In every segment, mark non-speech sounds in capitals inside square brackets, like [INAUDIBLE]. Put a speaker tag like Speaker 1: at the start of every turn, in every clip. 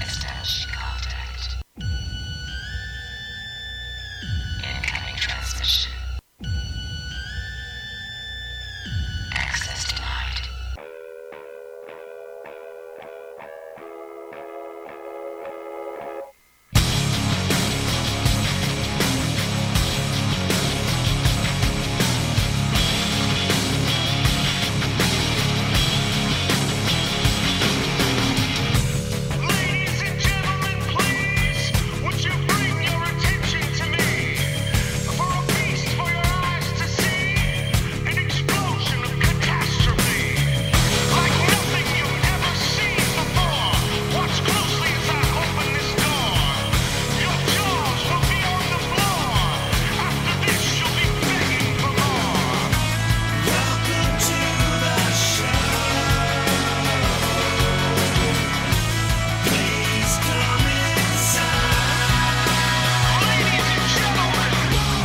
Speaker 1: Establishing contact. Incoming transmission. Access denied.
Speaker 2: Ladies and gentlemen, please, would you bring your attention to me? For a feast for your eyes to see, an explosion of catastrophe. Like nothing you've ever seen before. Watch closely as I open this door. Your jaws will be on the floor. After this, you'll be begging for more. Welcome to the show. Please come inside. Ladies and gentlemen,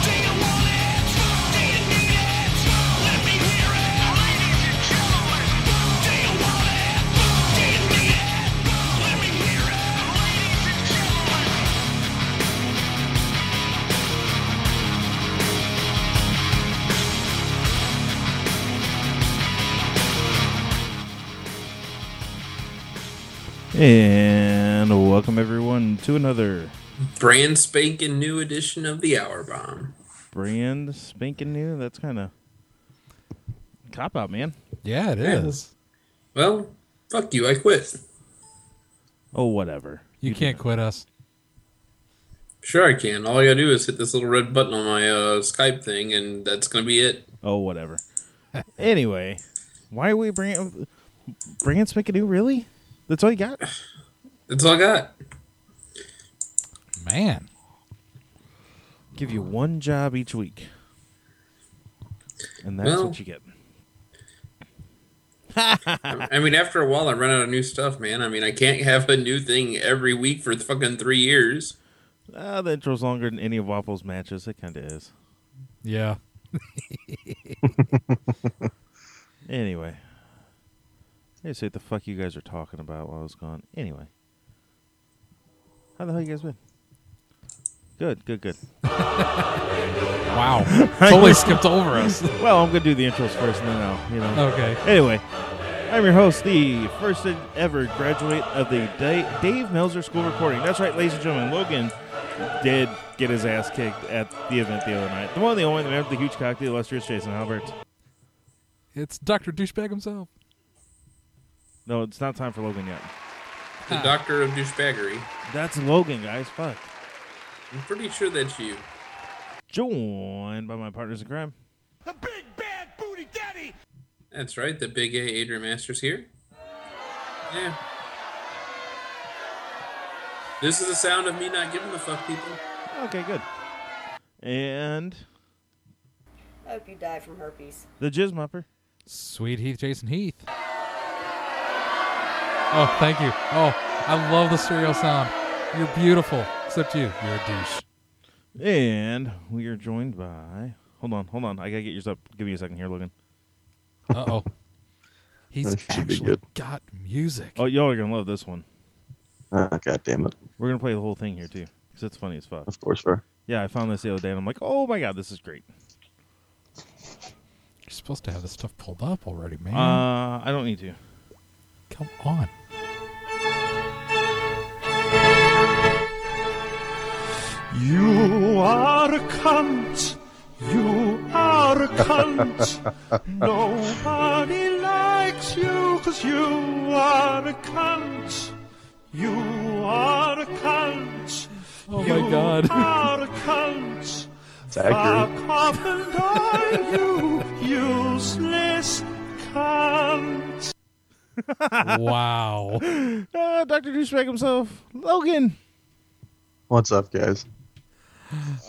Speaker 2: do you want it? Do you need it? Let me hear it. Ladies and gentlemen, do you want it? Do you need it? Let me hear it. Ladies and gentlemen.
Speaker 3: And welcome everyone to another
Speaker 4: brand spanking new edition of the Hour Bomb.
Speaker 3: brand spanking new. That's kind of cop out, man.
Speaker 5: Yeah, it
Speaker 4: Yeah.
Speaker 5: is.
Speaker 4: Well, fuck you, I quit.
Speaker 3: Oh, whatever.
Speaker 5: You can't quit us.
Speaker 4: Sure, I can. All I gotta do is hit this little red button on my uh, Skype thing, and that's gonna be it.
Speaker 3: Oh,
Speaker 5: [LAUGHS]
Speaker 3: whatever. anyway, why are we brand brand spanking new? Really? That's all you got?
Speaker 4: That's all I got.
Speaker 5: Man.
Speaker 3: Give you one job each week, and that's
Speaker 4: Well-
Speaker 3: what you get.
Speaker 4: I mean, after a while, I run out of new stuff, man. I mean, I can't [LAUGHS] have a new thing every week for fucking three years.
Speaker 3: Ah, the intro's longer than any of Waffle's matches. It kind of is.
Speaker 5: Yeah.
Speaker 3: Anyway, I didn't say what the fuck you guys are talking about while I was gone. Anyway, how the hell you guys been? Good, good, good.
Speaker 5: Wow. [LAUGHS] totally [LAUGHS] skipped over us.
Speaker 3: Well, I'm gonna do the intros first, and then I'll, you know.
Speaker 5: Okay.
Speaker 3: Anyway, I'm your host, the first ever graduate of the Da- Dave Melzer School of Recording. That's right, ladies and gentlemen. Logan did get his ass kicked at the event the other night. The one, the only, the man with the huge cock, the illustrious Jason Albert.
Speaker 5: It's Dr. Douchebag himself.
Speaker 3: No, it's not time for Logan yet.
Speaker 4: The
Speaker 5: Ah.
Speaker 4: Doctor of Douchebaggery.
Speaker 3: That's Logan, guys. Fuck.
Speaker 4: I'm pretty sure that's you.
Speaker 3: Joined by my partners in crime.
Speaker 2: A big bad booty daddy!
Speaker 4: That's right. The Big A Adrian Masters here. Yeah. This is the sound of me not giving a fuck, people.
Speaker 3: Okay, good. And
Speaker 6: I hope you die from herpes.
Speaker 3: the Jizz Mupper.
Speaker 5: Sweet Heath, Jason Heath. [LAUGHS] Oh, thank you. Oh, I love the stereo sound. You're beautiful. Except you. You're a douche.
Speaker 3: And we are joined by. Hold on, hold on. I gotta get yours up. Give me a second here, Logan.
Speaker 5: Uh [LAUGHS] oh. He's
Speaker 7: That should be
Speaker 5: actually
Speaker 7: good.
Speaker 5: got music.
Speaker 3: Oh, y'all are gonna love this one.
Speaker 7: Ah, God damn it.
Speaker 3: We're gonna play the whole thing here too, because it's funny as fuck.
Speaker 7: Of course, sir.
Speaker 3: Yeah, I found this the other day, and I'm like, oh my god, this is great.
Speaker 5: You're supposed to have this stuff pulled up already, man.
Speaker 3: Uh, I don't need to.
Speaker 5: Come on.
Speaker 2: You are a cunt. You are a cunt. Nobody likes you because you are a cunt. You are a cunt.
Speaker 5: Oh
Speaker 2: you
Speaker 5: my [LAUGHS] God.
Speaker 2: are a cunt.
Speaker 7: It's accurate.
Speaker 2: Fuck off and die, you useless cunt.
Speaker 5: wow. [LAUGHS]
Speaker 3: Uh, Doctor Douchebag himself, Logan.
Speaker 7: What's up, guys?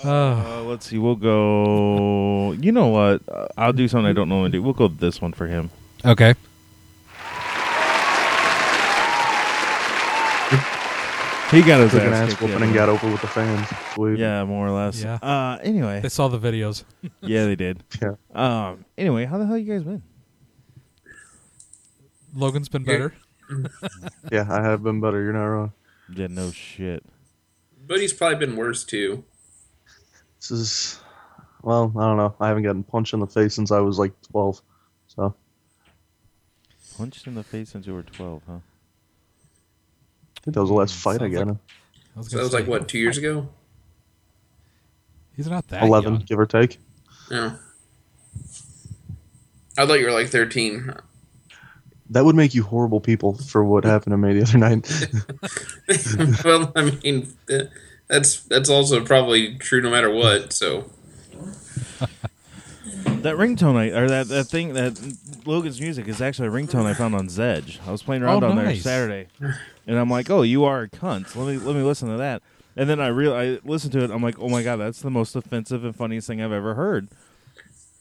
Speaker 5: Uh,
Speaker 3: Uh, let's see. We'll go. You know what? Uh, I'll do something I don't normally do. We'll go this one for him.
Speaker 5: okay.
Speaker 3: He got his
Speaker 7: Took an
Speaker 3: ass
Speaker 7: ass
Speaker 3: kicked,
Speaker 7: whooping
Speaker 3: yeah.
Speaker 7: and got over with the fans. Sweet.
Speaker 3: Yeah, more or less.
Speaker 5: Yeah.
Speaker 3: Uh, anyway, [LAUGHS]
Speaker 5: They saw the videos.
Speaker 3: yeah, they did.
Speaker 7: Yeah.
Speaker 3: Um, anyway, how the hell you guys win?
Speaker 5: Logan's been
Speaker 4: Yeah.
Speaker 5: better.
Speaker 7: Yeah, I have been better. You're not wrong.
Speaker 3: Yeah, no shit.
Speaker 4: But he's probably been worse too.
Speaker 7: This is, well, I don't know. I haven't gotten punched in the face since I was like 12. So,
Speaker 3: Punched in the face since you were twelve, huh?
Speaker 7: I think that was the last fight I
Speaker 5: Sounds
Speaker 7: got
Speaker 5: like
Speaker 7: in.
Speaker 5: I was
Speaker 4: So
Speaker 5: gonna
Speaker 4: that was like
Speaker 5: say,
Speaker 4: what two years ago?
Speaker 5: He's not that
Speaker 7: 11,
Speaker 5: young.
Speaker 7: give or take.
Speaker 4: No. I thought you were like thirteen. [LAUGHS]
Speaker 7: That would make you horrible people for what happened to me the other night.
Speaker 4: well, I mean, eh, that's that's also probably true no matter what. So
Speaker 3: That ringtone, I, or that, that thing, that Logan's music is actually a ringtone I found on Zedge. I was playing around
Speaker 5: Oh,
Speaker 3: on
Speaker 5: nice.
Speaker 3: there Saturday, and I'm like, "Oh, you are a cunt." Let me let me listen to that. And then I real I listened to it. I'm like, "Oh my god, that's the most offensive and funniest thing I've ever heard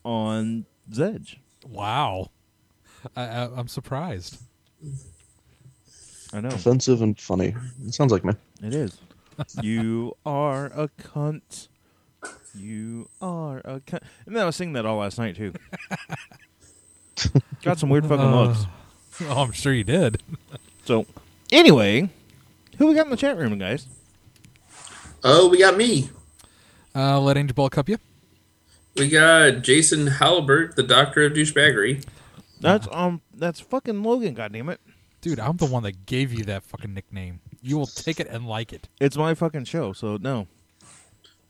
Speaker 3: on Zedge."
Speaker 5: Wow. I, I, I'm surprised. [LAUGHS]
Speaker 3: I know
Speaker 7: Offensive and funny. It sounds like me.
Speaker 3: it
Speaker 5: [LAUGHS]
Speaker 3: is. you are a cunt. You are a cunt. And then I was singing that all last night
Speaker 5: [LAUGHS]
Speaker 3: too. Got some weird fucking
Speaker 5: Uh.
Speaker 3: looks.
Speaker 5: Oh, I'm sure you did.
Speaker 3: So, anyway, who we got in the chat room, guys?
Speaker 4: oh, we got me.
Speaker 5: Uh, let Angel Ball cup you.
Speaker 4: We got Jason Halbert, the Doctor of Douchebaggery.
Speaker 3: That's um, that's fucking Logan. goddamn it!
Speaker 5: Dude, I'm the one that gave you that fucking nickname. You will take it and like it.
Speaker 3: It's my fucking show, so no.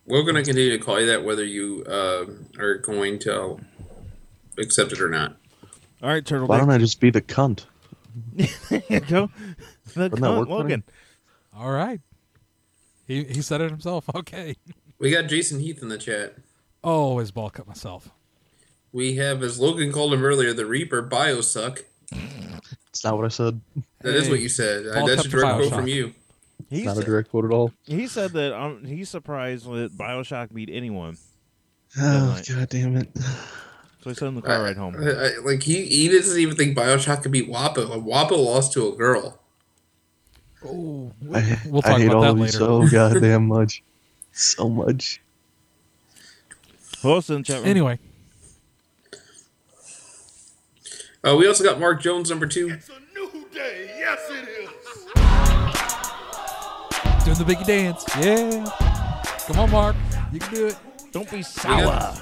Speaker 4: We're going to continue to call you that, whether you uh, are going to accept it or not.
Speaker 3: All right, turtle.
Speaker 7: Why
Speaker 3: Dick.
Speaker 7: don't I just be the cunt?
Speaker 3: There you [LAUGHS] go. The [LAUGHS]
Speaker 7: that
Speaker 3: cunt
Speaker 7: work for
Speaker 3: Logan.
Speaker 5: All right. He, he said it himself. [LAUGHS] Okay.
Speaker 4: We got Jason Heath in the chat.
Speaker 5: Oh, his ball cut myself.
Speaker 4: We have, as Logan called him earlier, the Reaper Biosuck.
Speaker 7: It's not what I said.
Speaker 4: That is
Speaker 5: Hey,
Speaker 4: what you said. I-
Speaker 5: Ball
Speaker 4: That's a
Speaker 5: Cup to
Speaker 4: direct quote
Speaker 5: Bioshock.
Speaker 4: from you.
Speaker 3: He
Speaker 7: Not a
Speaker 3: said,
Speaker 7: direct quote at all.
Speaker 3: he said that um, he's surprised that Bioshock beat anyone.
Speaker 7: [SIGHS] Oh,
Speaker 3: Right.
Speaker 7: God damn it.
Speaker 3: So he said in the car ride home.
Speaker 4: I- I- like he, he doesn't even think Bioshock could beat Wappo. Wappo lost to a girl.
Speaker 5: Oh,
Speaker 7: I,
Speaker 5: we'll
Speaker 7: I
Speaker 5: talk
Speaker 7: hate
Speaker 5: about
Speaker 7: all
Speaker 5: that
Speaker 7: of you
Speaker 5: later.
Speaker 7: so goddamn much. So much.
Speaker 3: Who else in the chat room?
Speaker 5: Anyway,
Speaker 4: Uh, we also got Mark Jones number two.
Speaker 5: doing the biggie dance. Yeah. Come on, Mark. You can do it.
Speaker 3: don't be
Speaker 4: We
Speaker 3: sour.
Speaker 4: got,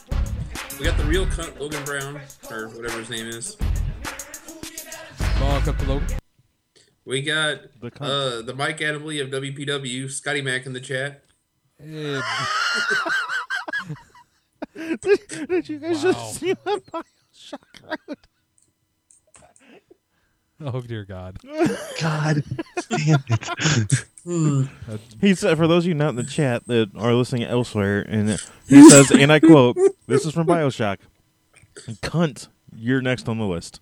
Speaker 3: [LAUGHS]
Speaker 4: we got the real cunt Logan Brown or whatever his name is.
Speaker 5: Ball cup to Logan.
Speaker 4: We got
Speaker 3: The cunt.
Speaker 4: uh, the Mike Adam Lee of WPW, Scotty Mack in the chat.
Speaker 5: Eh,
Speaker 3: did, did you guys
Speaker 5: Wow.
Speaker 3: just see that Bioshock? ride?
Speaker 5: [LAUGHS] oh, dear God.
Speaker 7: God damn it.
Speaker 3: [LAUGHS] He said, for those of you not in the chat that are listening elsewhere, and [LAUGHS] he says, and I quote, this is from Bioshock, cunt, you're next on the list.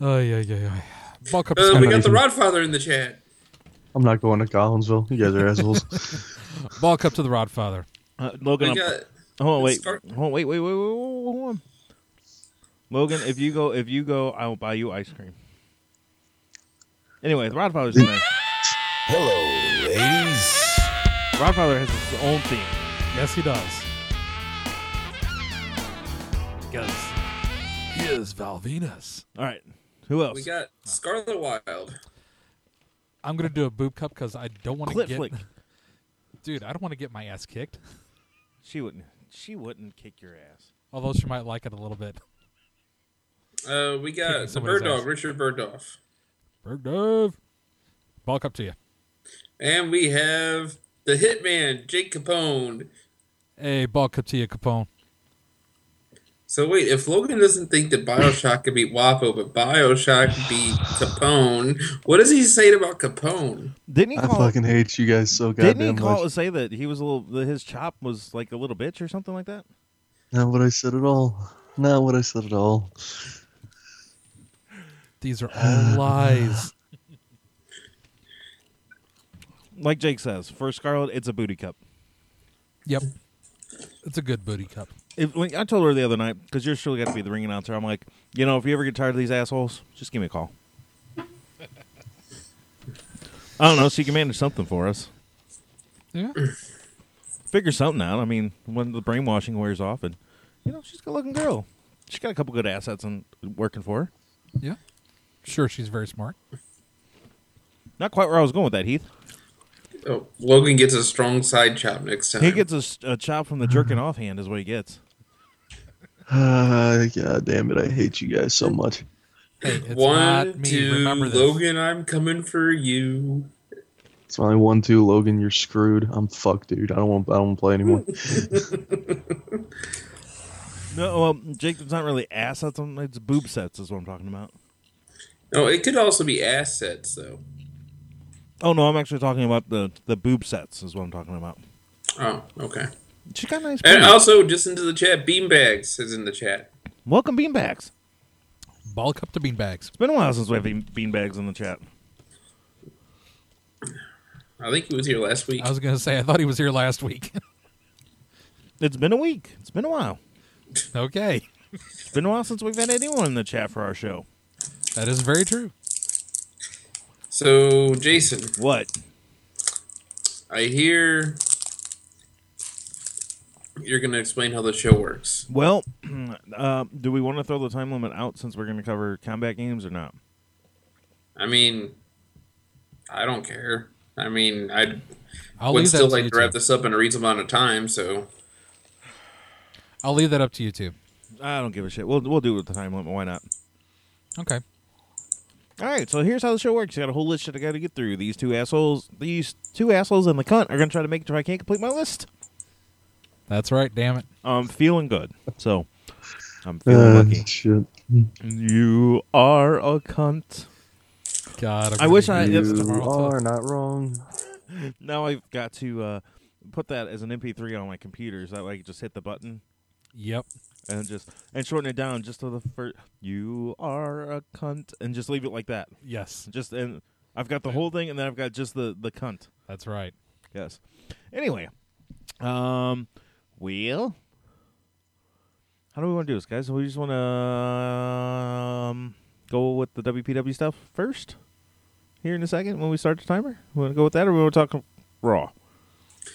Speaker 5: Oh, yeah, yeah, yeah. Ball cup is
Speaker 4: Uh,
Speaker 5: kind
Speaker 4: we
Speaker 5: of
Speaker 4: got the Rodfather in the chat.
Speaker 7: I'm not going to Collinsville. You guys are assholes.
Speaker 5: Ball cup to the Rodfather.
Speaker 3: Uh, Logan,
Speaker 4: We
Speaker 3: I'm-
Speaker 4: got
Speaker 3: hold on, wait,
Speaker 4: Scar-
Speaker 3: hold on, wait, wait, wait, wait, wait, wait, hold on. Logan, if you go, if you go, I will buy you ice cream. Anyway, the Rodfather's in there.
Speaker 8: Hello, ladies.
Speaker 3: Rodfather has his own theme.
Speaker 5: Yes, he does. Because he is Valvinus.
Speaker 3: All right, who else?
Speaker 4: we got Scarlet Wild.
Speaker 5: I'm gonna do a boob cup because I don't want to
Speaker 3: Clit
Speaker 5: get,
Speaker 3: flick.
Speaker 5: [LAUGHS] dude. I don't want to get my ass kicked.
Speaker 3: She wouldn't. She wouldn't kick your ass.
Speaker 5: Although she might like it a little bit.
Speaker 4: Uh, we
Speaker 5: Kicking
Speaker 4: got the
Speaker 5: somebody's
Speaker 4: Bird Dog,
Speaker 5: ass.
Speaker 4: Richard Burdoff.
Speaker 5: Berg Dove, ball cup to you.
Speaker 4: And we have the Hitman, Jake Capone.
Speaker 5: Hey, ball cup to you, Capone.
Speaker 4: So wait, if Logan doesn't think that Bioshock could beat Wapo, but Bioshock beat Capone, what does he say about Capone?
Speaker 3: Didn't he
Speaker 7: I
Speaker 3: call?
Speaker 7: fucking hate you guys so
Speaker 3: Didn't
Speaker 7: goddamn
Speaker 3: he call
Speaker 7: much.
Speaker 3: to say that he was a little? That his chop was like a little bitch or something like that?
Speaker 7: Not what I said at all. Not what I said at all. [SIGHS]
Speaker 5: These are all lies.
Speaker 3: Like Jake says, for Scarlet, it's a booty cup.
Speaker 5: Yep, it's a good booty cup.
Speaker 3: If, when, I told her the other night because you're surely got to be the ring announcer. I'm like, you know, if you ever get tired of these assholes, just give me a call. I don't know. She can manage something for us.
Speaker 5: Yeah.
Speaker 3: Figure something out. I mean, when the brainwashing wears off, and you know, she's a good-looking girl. She's got a couple good assets and working for her.
Speaker 5: Yeah. Sure, she's very smart.
Speaker 3: Not quite where I was going with that, Heath.
Speaker 4: Oh, Logan gets a strong side chop next time.
Speaker 3: He gets a s- a, chop from the jerking off hand, is what he gets.
Speaker 7: Uh, God damn it! I hate you guys so much.
Speaker 5: Hey, it's not
Speaker 4: one,
Speaker 5: me.
Speaker 4: two,
Speaker 5: Remember this.
Speaker 4: Logan, I'm coming for you.
Speaker 7: It's only one, two, Logan. You're screwed. I'm fucked, dude. I don't want. I don't want to play anymore.
Speaker 3: No, well, Jacob's not really assets. um, It's boob sets, is what I'm talking about.
Speaker 4: No, it could also be assets though.
Speaker 3: Oh no, I'm actually talking about the the boob sets, is what I'm talking about.
Speaker 4: Oh, okay.
Speaker 3: She got nice.
Speaker 4: And
Speaker 5: Hmm.
Speaker 3: boobs.
Speaker 4: also, just into the chat, beanbags is in the chat.
Speaker 3: Welcome beanbags.
Speaker 5: Bulk up the beanbags.
Speaker 3: It's been a while since we have bean- beanbags in the chat.
Speaker 4: I think he was here last week.
Speaker 5: I was gonna say I thought he was here last week. [LAUGHS]
Speaker 3: It's been a week. It's been a while.
Speaker 5: okay,
Speaker 3: It's been a while since we've had anyone in the chat for our show.
Speaker 5: that is very true.
Speaker 4: So, Jason,
Speaker 3: What?
Speaker 4: I hear you're going to explain how the show works.
Speaker 3: Well, [CLEARS THROAT] uh, do we want to throw the time limit out since we're going to cover combat games or not?
Speaker 4: I mean, I don't care. I mean, I
Speaker 5: I'll
Speaker 4: would
Speaker 5: leave that
Speaker 4: still
Speaker 5: up
Speaker 4: like
Speaker 5: to
Speaker 4: to
Speaker 5: you
Speaker 4: wrap
Speaker 5: two.
Speaker 4: this up in a reasonable amount of time. So,
Speaker 5: I'll leave that up to you two.
Speaker 3: I don't give a shit. We'll we'll do it with the time limit. Why not?
Speaker 5: Okay.
Speaker 3: All right. So here's how the show works. You got a whole list that I got to get through. These two assholes, these two assholes and the cunt are going to try to make it to I can't complete my list.
Speaker 5: That's right. Damn it.
Speaker 3: I'm feeling good. So I'm feeling
Speaker 7: Uh,
Speaker 3: lucky.
Speaker 7: shit.
Speaker 3: You are a cunt.
Speaker 5: God. I'm
Speaker 3: I
Speaker 5: gonna
Speaker 3: wish
Speaker 5: be
Speaker 3: I-
Speaker 5: used
Speaker 3: it's
Speaker 7: You
Speaker 5: tomorrow, too.
Speaker 7: are not wrong.
Speaker 3: Now I've got to uh, put that as an MP3 on my computer. So that way I can just hit the button
Speaker 5: Yep.
Speaker 3: and just and shorten it down just to the first. You are a cunt, and just leave it like that.
Speaker 5: Yes.
Speaker 3: Just and I've got the whole thing, and then I've got just the the cunt.
Speaker 5: That's right.
Speaker 3: Yes. Anyway, um, well, how do we want to do this, guys? We just want to um, go with the WPW stuff first here in a second when we start the timer. We want to go with that, or we want to talk raw?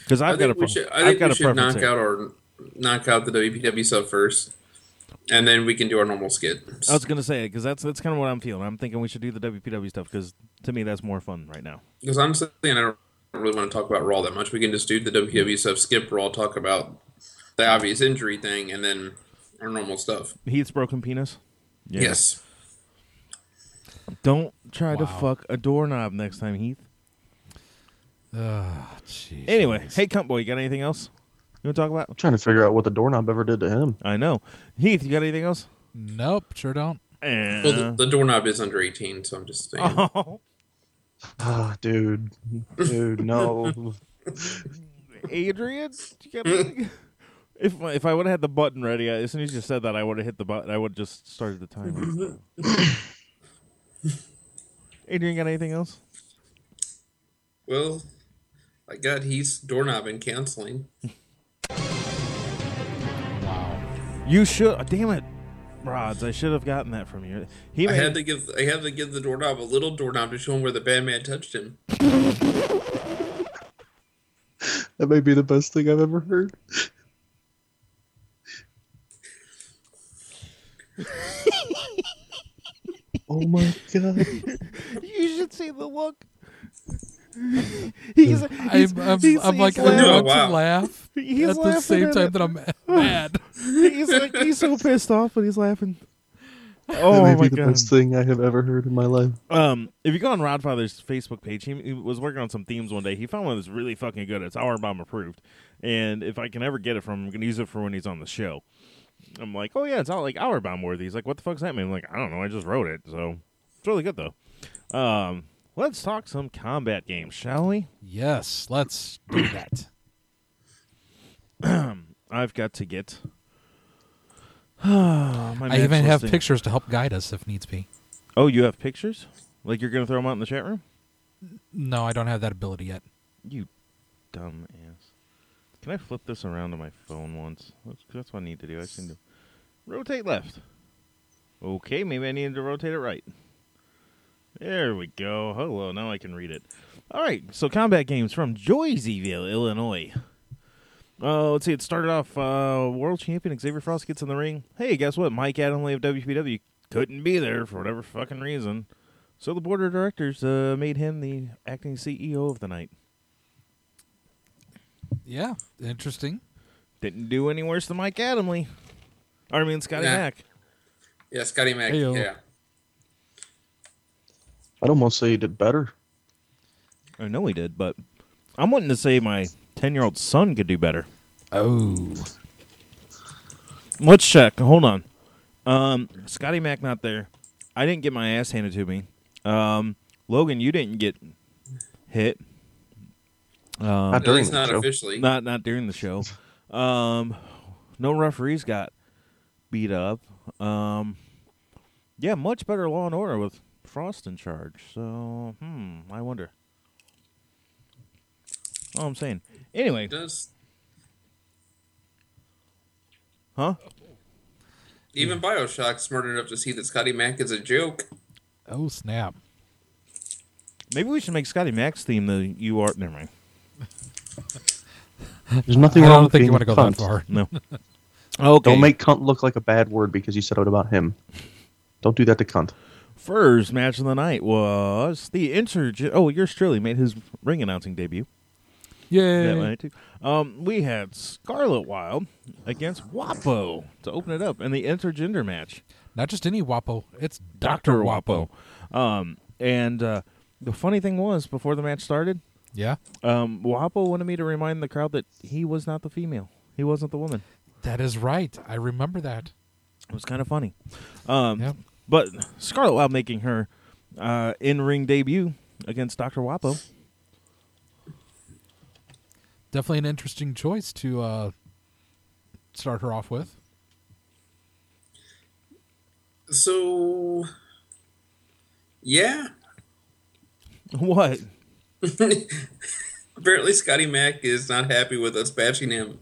Speaker 3: Because
Speaker 4: I
Speaker 3: I've got a
Speaker 4: think we
Speaker 3: pre-
Speaker 4: should, I
Speaker 3: I've
Speaker 4: think
Speaker 3: got
Speaker 4: we
Speaker 3: a
Speaker 4: should
Speaker 3: preference
Speaker 4: knock
Speaker 3: here.
Speaker 4: out our knock out the WPW sub first, and then we can do our normal skit.
Speaker 3: I was gonna say because that's that's kind of what I'm feeling. I'm thinking we should do the WPW stuff because to me that's more fun right now.
Speaker 4: Because honestly, I don't really want to talk about Raw that much. We can just do the WWE stuff, skip Raw, talk about the obvious injury thing, and then our normal stuff.
Speaker 3: Heath's broken penis. Yeah.
Speaker 4: Yes.
Speaker 3: Don't try to
Speaker 5: Wow.
Speaker 3: fuck a doorknob next time, Heath.
Speaker 5: Oh, jeez.
Speaker 3: Anyway, hey, cunt boy, you got anything else you want to talk about?
Speaker 7: I'm trying to figure out what the doorknob ever did to him.
Speaker 3: I know. Heath, you got anything else?
Speaker 5: Nope.
Speaker 3: [LAUGHS]
Speaker 5: Sure don't.
Speaker 3: Eh.
Speaker 4: Well, the, the doorknob is under 18, so I'm just saying.
Speaker 3: oh,
Speaker 7: Ah, dude, dude, no.
Speaker 3: [LAUGHS] Adrian, you got anything? if my- if I would have had the button ready, I- as soon as you said that, I would have hit the button. I would have just started the timer. Adrian, got anything else?
Speaker 4: Well, I got he's doorknob and canceling.
Speaker 3: You should. oh, Damn it, Rods! I should have gotten that from you. He
Speaker 4: I
Speaker 3: made-
Speaker 4: had to give I had to give the doorknob a little doorknob to show him where the bad man touched him.
Speaker 7: That may be the best thing I've ever heard. [LAUGHS] oh my god.
Speaker 3: [LAUGHS] You should see the look. he's, he's,
Speaker 5: I'm, I'm,
Speaker 3: he's-
Speaker 5: I'm like
Speaker 3: he's
Speaker 5: I
Speaker 4: No,
Speaker 5: want
Speaker 4: wow.
Speaker 5: to laugh
Speaker 3: [LAUGHS] He's
Speaker 5: at the
Speaker 3: laughing
Speaker 5: same
Speaker 3: at
Speaker 5: time
Speaker 3: it.
Speaker 5: that I'm
Speaker 3: [LAUGHS]
Speaker 5: mad.
Speaker 3: he's like he's [LAUGHS] so pissed off, but he's laughing. Oh
Speaker 7: that may
Speaker 3: my
Speaker 7: be the
Speaker 3: god!
Speaker 7: best thing I have ever heard in my life.
Speaker 3: Um, if you go on Rodfather's Facebook page, he, he was working on some themes one day. He found one that's really fucking good. It's our bomb approved, and if I can ever get it from him, I'm gonna use it for when he's on the show. I'm like, oh yeah, it's all like our bomb worthy. He's like, what the fuck's that mean? I'm like, I don't know. I just wrote it, so it's really good though. Um, let's talk some combat games, shall we?
Speaker 5: yes. Let's
Speaker 3: [CLEARS THROAT]
Speaker 5: do that.
Speaker 3: I've got to get. [SIGHS] My
Speaker 5: I even
Speaker 3: match
Speaker 5: have
Speaker 3: listing.
Speaker 5: pictures to help guide us if needs be.
Speaker 3: Oh, you have pictures? Like you're gonna throw them out in the chat room?
Speaker 5: No, I don't have that ability yet.
Speaker 3: You dumb ass. Can I flip this around on my phone once? That's, that's what I need to do. I just need to rotate left. Okay, maybe I needed to rotate it right. There we go. Hello, now I can read it. All right, so combat games from Joyzeville, Illinois. Uh, let's see. It started off. Uh, World champion Xavier Frost gets in the ring. Hey, guess what? Mike Adamley of WPW couldn't be there for whatever fucking reason. So the board of directors uh, made him the acting CEO of the night.
Speaker 5: Yeah, interesting.
Speaker 3: Didn't do any worse than Mike Adamley. I mean Scotty
Speaker 4: Nah.
Speaker 3: Mack.
Speaker 4: Yeah, Scotty Mac.
Speaker 5: Heyo.
Speaker 4: Yeah.
Speaker 7: I'd almost say he did better.
Speaker 3: I know he did, but I'm wanting to say my ten year old son could do better.
Speaker 5: Oh.
Speaker 3: Let's check. Hold on. Um, Scotty Mack not there. I didn't get my ass handed to me. Um, Logan, you didn't get hit. Um,
Speaker 7: Not
Speaker 4: At
Speaker 7: during
Speaker 4: least
Speaker 7: the
Speaker 4: not
Speaker 7: show.
Speaker 4: officially.
Speaker 3: not not during the show. Um, no referees got beat up. Um, yeah, much better Law and Order with Frost in charge. So, hmm, I wonder. All I'm saying. Anyway,
Speaker 4: Does
Speaker 3: huh?
Speaker 4: even Bioshock's smart enough to see that Scotty Mac is a joke?
Speaker 5: Oh, snap.
Speaker 3: Maybe we should make Scotty Mack's theme the you are. Never mind.
Speaker 7: There's nothing
Speaker 5: I
Speaker 7: wrong
Speaker 5: don't
Speaker 7: with
Speaker 5: think you
Speaker 7: being
Speaker 5: want to go
Speaker 7: a
Speaker 5: that
Speaker 7: cunt.
Speaker 3: [LAUGHS]
Speaker 5: far.
Speaker 3: No. Okay.
Speaker 7: Don't make cunt look like a bad word because you said it about him. Don't do that to cunt.
Speaker 3: First match of the night was the Insurgent. Oh, yours truly made his ring announcing debut.
Speaker 5: Yay.
Speaker 3: That night too. Um, we had Scarlet Wild against Wapo to open it up in the intergender match.
Speaker 5: Not just any Wapo. It's Dr. Wapo.
Speaker 3: Um, and uh, the funny thing was, before the match started,
Speaker 5: Yeah.
Speaker 3: um, Wapo wanted me to remind the crowd that he was not the female. He wasn't the woman.
Speaker 5: That is right. I remember that.
Speaker 3: It was kind of funny. Um,
Speaker 5: Yeah.
Speaker 3: But Scarlet Wild making her uh, in ring debut against Dr. Wapo. [LAUGHS]
Speaker 5: Definitely an interesting choice to uh, start her off with.
Speaker 4: So, yeah.
Speaker 3: what?
Speaker 4: Apparently, Scotty Mac is not happy with us bashing him.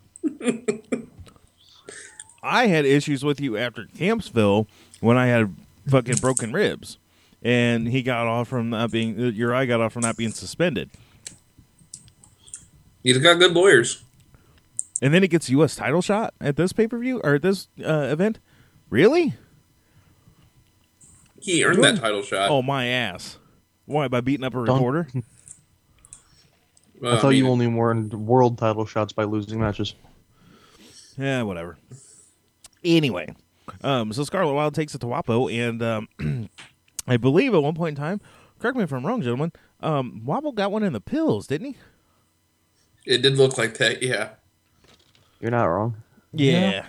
Speaker 3: I had issues with you after Campsville when I had fucking broken ribs, and he got off from not being uh, your eye got off from not being suspended,
Speaker 4: He's got good lawyers.
Speaker 3: and then he gets a U.S. title shot at this pay per view or at this uh, event. Really?
Speaker 4: He earned that title shot.
Speaker 3: Oh my ass! Why by beating up a
Speaker 7: Don't-
Speaker 3: reporter? [LAUGHS]
Speaker 4: Well,
Speaker 7: I thought
Speaker 4: mean,
Speaker 7: you only earned world title shots by losing matches.
Speaker 3: Yeah, whatever. Anyway, um, so Scarlet Wild takes it to Wapo, and um, [CLEARS THROAT] I believe at one point in time, correct me if I'm wrong, gentlemen, um, Wapo got one in the pills, didn't he?
Speaker 4: It did look like that, yeah.
Speaker 7: You're not wrong.
Speaker 5: Yeah.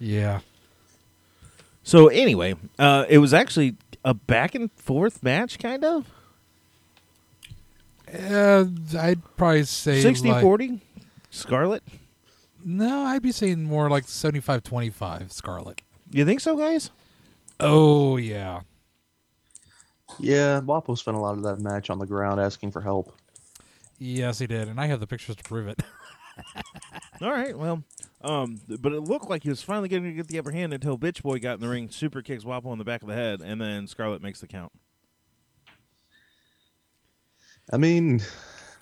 Speaker 5: Yeah.
Speaker 3: So anyway, uh, it was actually a back and forth match, kind of
Speaker 5: Uh, I'd probably say
Speaker 3: 60
Speaker 5: like-
Speaker 3: 40 Scarlet.
Speaker 5: No, I'd be saying more like 75 25 Scarlet.
Speaker 3: You think so, guys?
Speaker 5: Oh, yeah.
Speaker 7: Yeah, Wapo spent a lot of that match on the ground asking for help.
Speaker 5: Yes, he did. And I have the pictures to prove it. [LAUGHS]
Speaker 3: All right, well, um, but it looked like he was finally going to get the upper hand until Bitch Boy got in the ring, super kicks Wapo on the back of the head, and then Scarlet makes the count.
Speaker 7: I mean,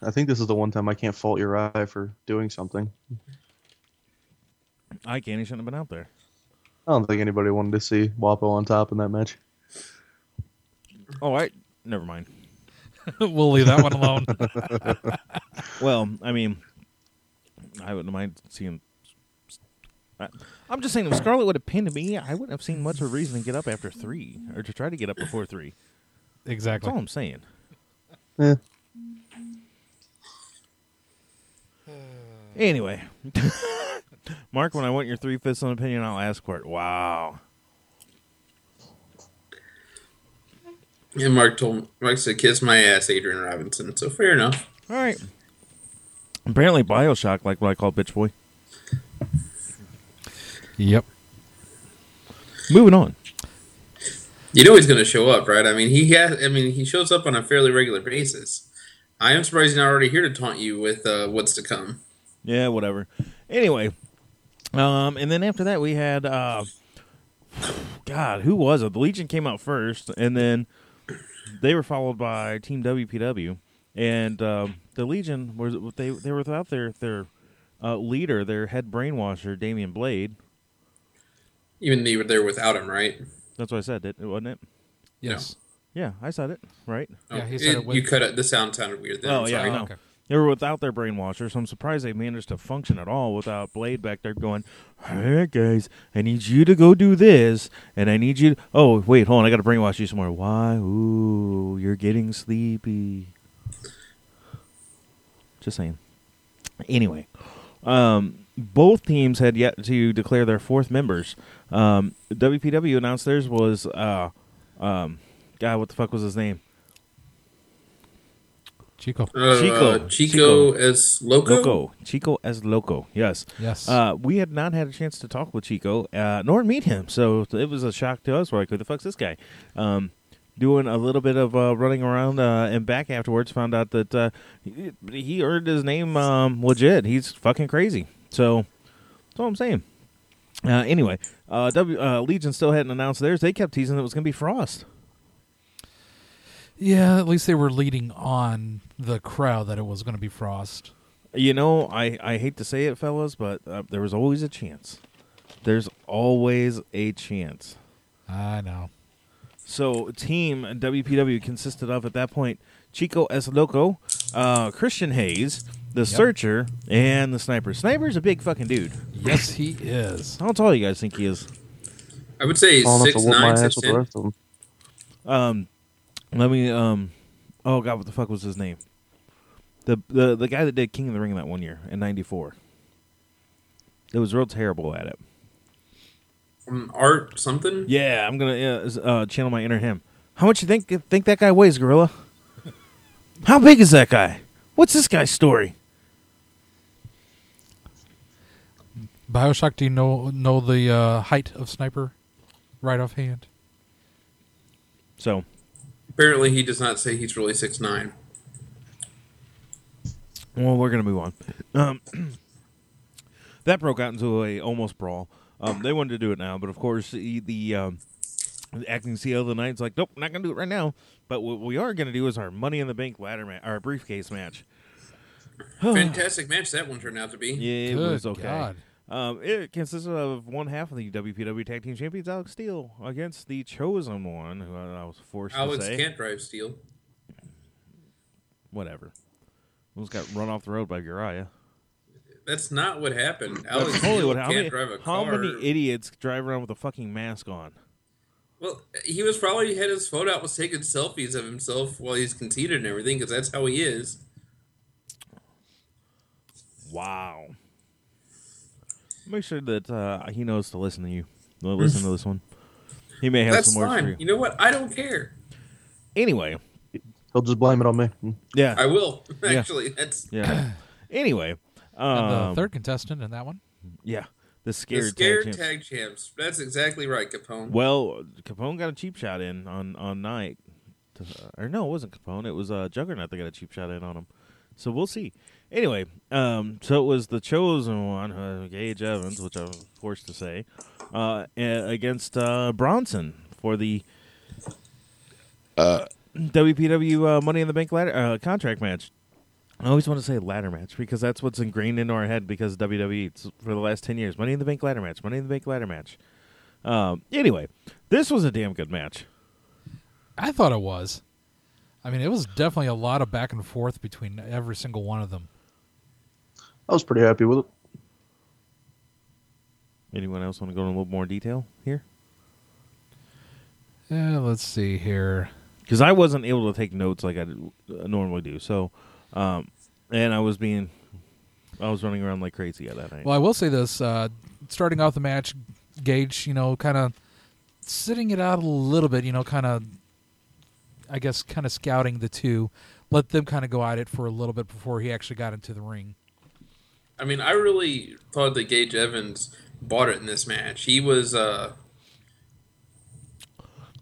Speaker 7: I think this is the one time I can't fault your eye for doing something.
Speaker 3: I can't. He shouldn't have been out there.
Speaker 7: I don't think anybody wanted to see Wapo on top in that match.
Speaker 3: All right, Oh, never mind.
Speaker 5: we'll leave that one alone.
Speaker 3: Well, I mean, I wouldn't mind seeing. I- I'm just saying, if Scarlet would have pinned me, I wouldn't have seen much of a reason to get up after three or to try to get up before three. That's
Speaker 5: [LAUGHS] exactly.
Speaker 3: all I'm saying.
Speaker 7: Eh,
Speaker 3: [SIGHS] Anyway, [LAUGHS] Mark, when I want your three fifths on opinion, I'll ask for it. Wow.
Speaker 4: And Mark told Mark said, "Kiss my ass, Adrian Robinson." So fair enough.
Speaker 3: All right. Apparently, Bioshock, like what I call Bitch Boy.
Speaker 5: Yep.
Speaker 3: Moving on.
Speaker 4: You know he's going to show up, right? I mean, he has. I mean, he shows up on a fairly regular basis. I am surprised he's not already here to taunt you with uh, what's to come.
Speaker 3: Yeah, whatever. Anyway, um, and then after that we had, uh, God, who was it? The Legion came out first, and then they were followed by Team WPW, and um, the Legion was they they were without their their uh, leader, their head brainwasher, Damian Blade.
Speaker 4: Even they were there without him, right?
Speaker 3: That's what I said, it wasn't it?
Speaker 5: Yes.
Speaker 3: Yeah, I said it right.
Speaker 5: Yeah,
Speaker 4: Oh,
Speaker 5: he said it with-
Speaker 4: you cut it. The sound sounded weird. Then.
Speaker 3: Oh
Speaker 4: I'm
Speaker 3: yeah,
Speaker 4: sorry.
Speaker 3: I know.
Speaker 5: okay.
Speaker 3: They were without their brainwasher, so I'm surprised they managed to function at all without Blade back there going, "All right, guys, I need you to go do this, and I need you." To- oh, wait, hold on, I got to brainwash you some more. Why? Ooh, you're getting sleepy. Just saying. Anyway, um, both teams had yet to declare their fourth members. Um, WPW announced theirs was, uh, um, God, what the fuck was his name?
Speaker 5: Chico.
Speaker 4: Uh,
Speaker 3: Chico.
Speaker 4: Chico,
Speaker 3: Chico.
Speaker 4: as loco.
Speaker 3: Loco. Chico as Loco. Yes.
Speaker 5: Yes.
Speaker 3: Uh, we had not had a chance to talk with Chico uh, nor meet him, so it was a shock to us. We're like, who the fuck's this guy? Um, doing a little bit of uh, running around uh, and back afterwards, found out that uh, he, he earned his name um, legit. He's fucking crazy. So that's all I'm saying. Uh, anyway, uh, w, uh, Legion still hadn't announced theirs. They kept teasing that it was going to be Frost.
Speaker 5: yeah, at least they were leading on the crowd that it was going to be Frost.
Speaker 3: You know, I, I hate to say it, fellas, but uh, there was always a chance. There's always a chance.
Speaker 5: I know.
Speaker 3: So team WPW consisted of at that point Chico S Loco, uh, Christian Hayes, the Searcher, and the Sniper. Sniper's a big fucking dude.
Speaker 5: Yes, he is.
Speaker 3: How tall you guys think he is?
Speaker 4: I would say
Speaker 7: I'll have
Speaker 4: six
Speaker 7: to whoop my
Speaker 4: nine,
Speaker 7: ass
Speaker 4: six
Speaker 7: with the
Speaker 4: ten.
Speaker 7: rest of them.
Speaker 3: Um, let me. Um, oh god, what the fuck was his name? The the the guy that did King of the Ring that one year in '94. It was real terrible at it.
Speaker 4: Um, Art something.
Speaker 3: Yeah, I'm gonna uh, uh, channel my inner him. How much you think think that guy weighs, Gorilla? How big is that guy? What's this guy's story?
Speaker 5: Bioshock, do you know know the uh, height of Sniper right offhand?
Speaker 3: So
Speaker 4: Apparently, he does not say he's really
Speaker 3: [SIGHS]
Speaker 4: six nine.
Speaker 3: Well, we're gonna move on. Um, [CLEARS THROAT] that broke out into a almost brawl. Um, they wanted to do it now, but of course the, the um, the acting CEO of the night's like, nope, not gonna do it right now. But what we are gonna do is our Money in the Bank ladder match, our briefcase match.
Speaker 4: Fantastic match that one turned out to be.
Speaker 3: Yeah, it
Speaker 5: Good
Speaker 3: was okay.
Speaker 5: God.
Speaker 3: Um, it consisted of one half of the WPW Tag Team Champions, Alex Steele, against the Chosen One, who I, I was forced to
Speaker 4: Alex
Speaker 3: say.
Speaker 4: can't drive steel.
Speaker 3: Whatever. Almost got run off the road by
Speaker 4: [LAUGHS]
Speaker 3: Uriah.
Speaker 4: That's not what happened. Alex
Speaker 3: Holy
Speaker 4: Steel
Speaker 3: what-
Speaker 4: can't
Speaker 3: how, many,
Speaker 4: drive a
Speaker 3: how
Speaker 4: car.
Speaker 3: many idiots drive around with a fucking mask on?
Speaker 4: Well, he was probably had his phone out, was taking selfies of himself while he's conceited and everything, because that's how he is.
Speaker 3: Wow. Make sure that uh, he knows to listen to you.
Speaker 4: [LAUGHS]
Speaker 3: Well, Listen to this one. He may have
Speaker 4: That's
Speaker 3: some words
Speaker 4: fine.
Speaker 3: for you.
Speaker 4: You know what? I don't care.
Speaker 3: Anyway,
Speaker 7: He'll just blame it on me. Mm.
Speaker 3: yeah,
Speaker 4: I will [LAUGHS] actually. That's [COUGHS]
Speaker 3: yeah. anyway,
Speaker 5: And
Speaker 3: um,
Speaker 5: the third contestant in that one.
Speaker 3: yeah, the
Speaker 4: the
Speaker 3: scared,
Speaker 4: scared
Speaker 3: tag champs.
Speaker 4: tag champs. That's exactly right, Capone.
Speaker 3: Well, Capone got a cheap shot in on on night, or no, it wasn't Capone. It was uh, Juggernaut that got a cheap shot in on him. So we'll see. Anyway, um, so it was the chosen one, uh, Gage Evans, which I'm forced to say, uh, a- against uh, Bronson for the uh, WPW uh, Money in the Bank ladder uh, contract match. I always want to say ladder match because that's what's ingrained into our head because WWE it's for the last ten years Money in the Bank ladder match, Money in the Bank ladder match. Um, anyway, this was a damn good match.
Speaker 5: I thought it was. I mean, it was definitely a lot of back and forth between every single one of them.
Speaker 7: I was pretty happy with it.
Speaker 3: Anyone else want to go into a little more detail here?
Speaker 5: Yeah, let's see here.
Speaker 3: Because I wasn't able to take notes like I d- uh, normally do. So, um, and I was being, I was running around like crazy at that night.
Speaker 5: Well, I will say this: uh, starting off the match, Gage, you know, kind of sitting it out a little bit, you know, kind of, I guess, kind of scouting the two, let them kind of go at it for a little bit before he actually got into the ring.
Speaker 4: I mean, I really thought that Gage Evans bought it in this match. He was uh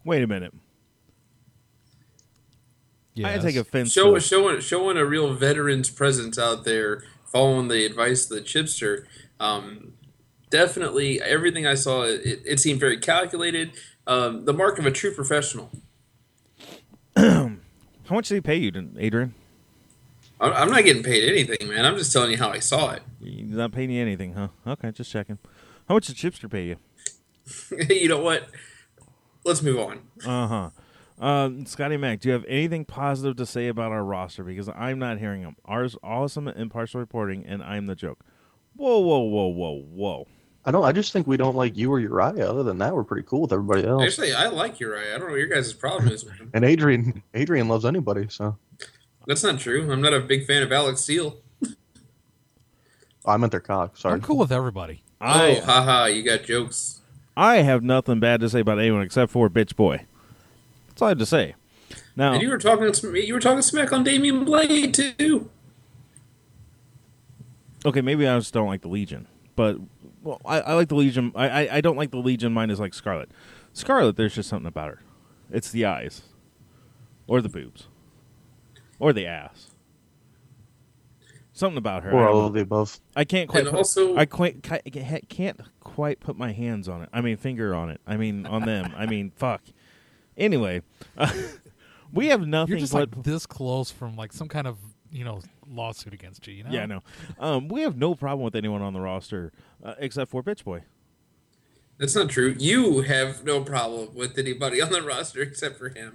Speaker 3: Wait a minute. I take offense. to
Speaker 4: show,
Speaker 3: this.
Speaker 4: showing showing a real veteran's presence out there, following the advice of the chipster. Um, definitely, everything I saw, it, it seemed very calculated. Um, the mark of a true professional.
Speaker 3: How much did he pay you, didn't- Adrian?
Speaker 4: I'm, I'm not getting paid anything, man. I'm just telling you how I saw it. [LAUGHS]
Speaker 3: You're not paying you anything, huh? Okay, just checking. How much did Chipster pay you?
Speaker 4: you know what? Let's move on.
Speaker 3: Uh huh. Um, Scotty Mac, do you have anything positive to say about our roster? Because I'm not hearing them. Ours awesome impartial reporting, and I'm the joke. Whoa, whoa, whoa, whoa, whoa.
Speaker 7: I don't. I just think we don't like you or Uriah. Other than that, we're pretty cool with everybody
Speaker 3: Oh.
Speaker 7: else.
Speaker 4: Actually, I like Uriah. I don't know what your guys' problem is with him.
Speaker 7: and Adrian, Adrian loves anybody. So
Speaker 4: That's not true. I'm not a big fan of Alex Steele.
Speaker 7: Oh, I meant their cock. Sorry.
Speaker 5: I'm cool with everybody.
Speaker 4: oh, haha, you got jokes.
Speaker 3: I have nothing bad to say about anyone except for bitch boy. That's all I have to say. Now,
Speaker 4: And you were talking sm- you were talking smack on Damian Blade too.
Speaker 3: okay, maybe I just don't like the Legion, but well, I, I like the Legion. I, I I don't like the Legion. Mine is like Scarlet. Scarlet, there's just something about her. It's the eyes, or the boobs, or the ass. Something about her. I
Speaker 7: Or
Speaker 3: don't
Speaker 7: all
Speaker 3: know.
Speaker 7: of the above.
Speaker 3: I can't quite.
Speaker 4: And
Speaker 3: put,
Speaker 4: also-
Speaker 3: I quite, ca- ca- can't quite put my hands on it. I mean, finger on it. I mean, on them.
Speaker 5: [LAUGHS]
Speaker 3: I mean, fuck. Anyway, [LAUGHS] we have nothing
Speaker 5: You're just
Speaker 3: but.
Speaker 5: like this close from like some kind of you know lawsuit against you. You know?
Speaker 3: yeah, I know. Um, we have no problem with anyone on the roster uh, except for Bitch Boy.
Speaker 4: That's not true. You have no problem with anybody [LAUGHS] on the roster except for him.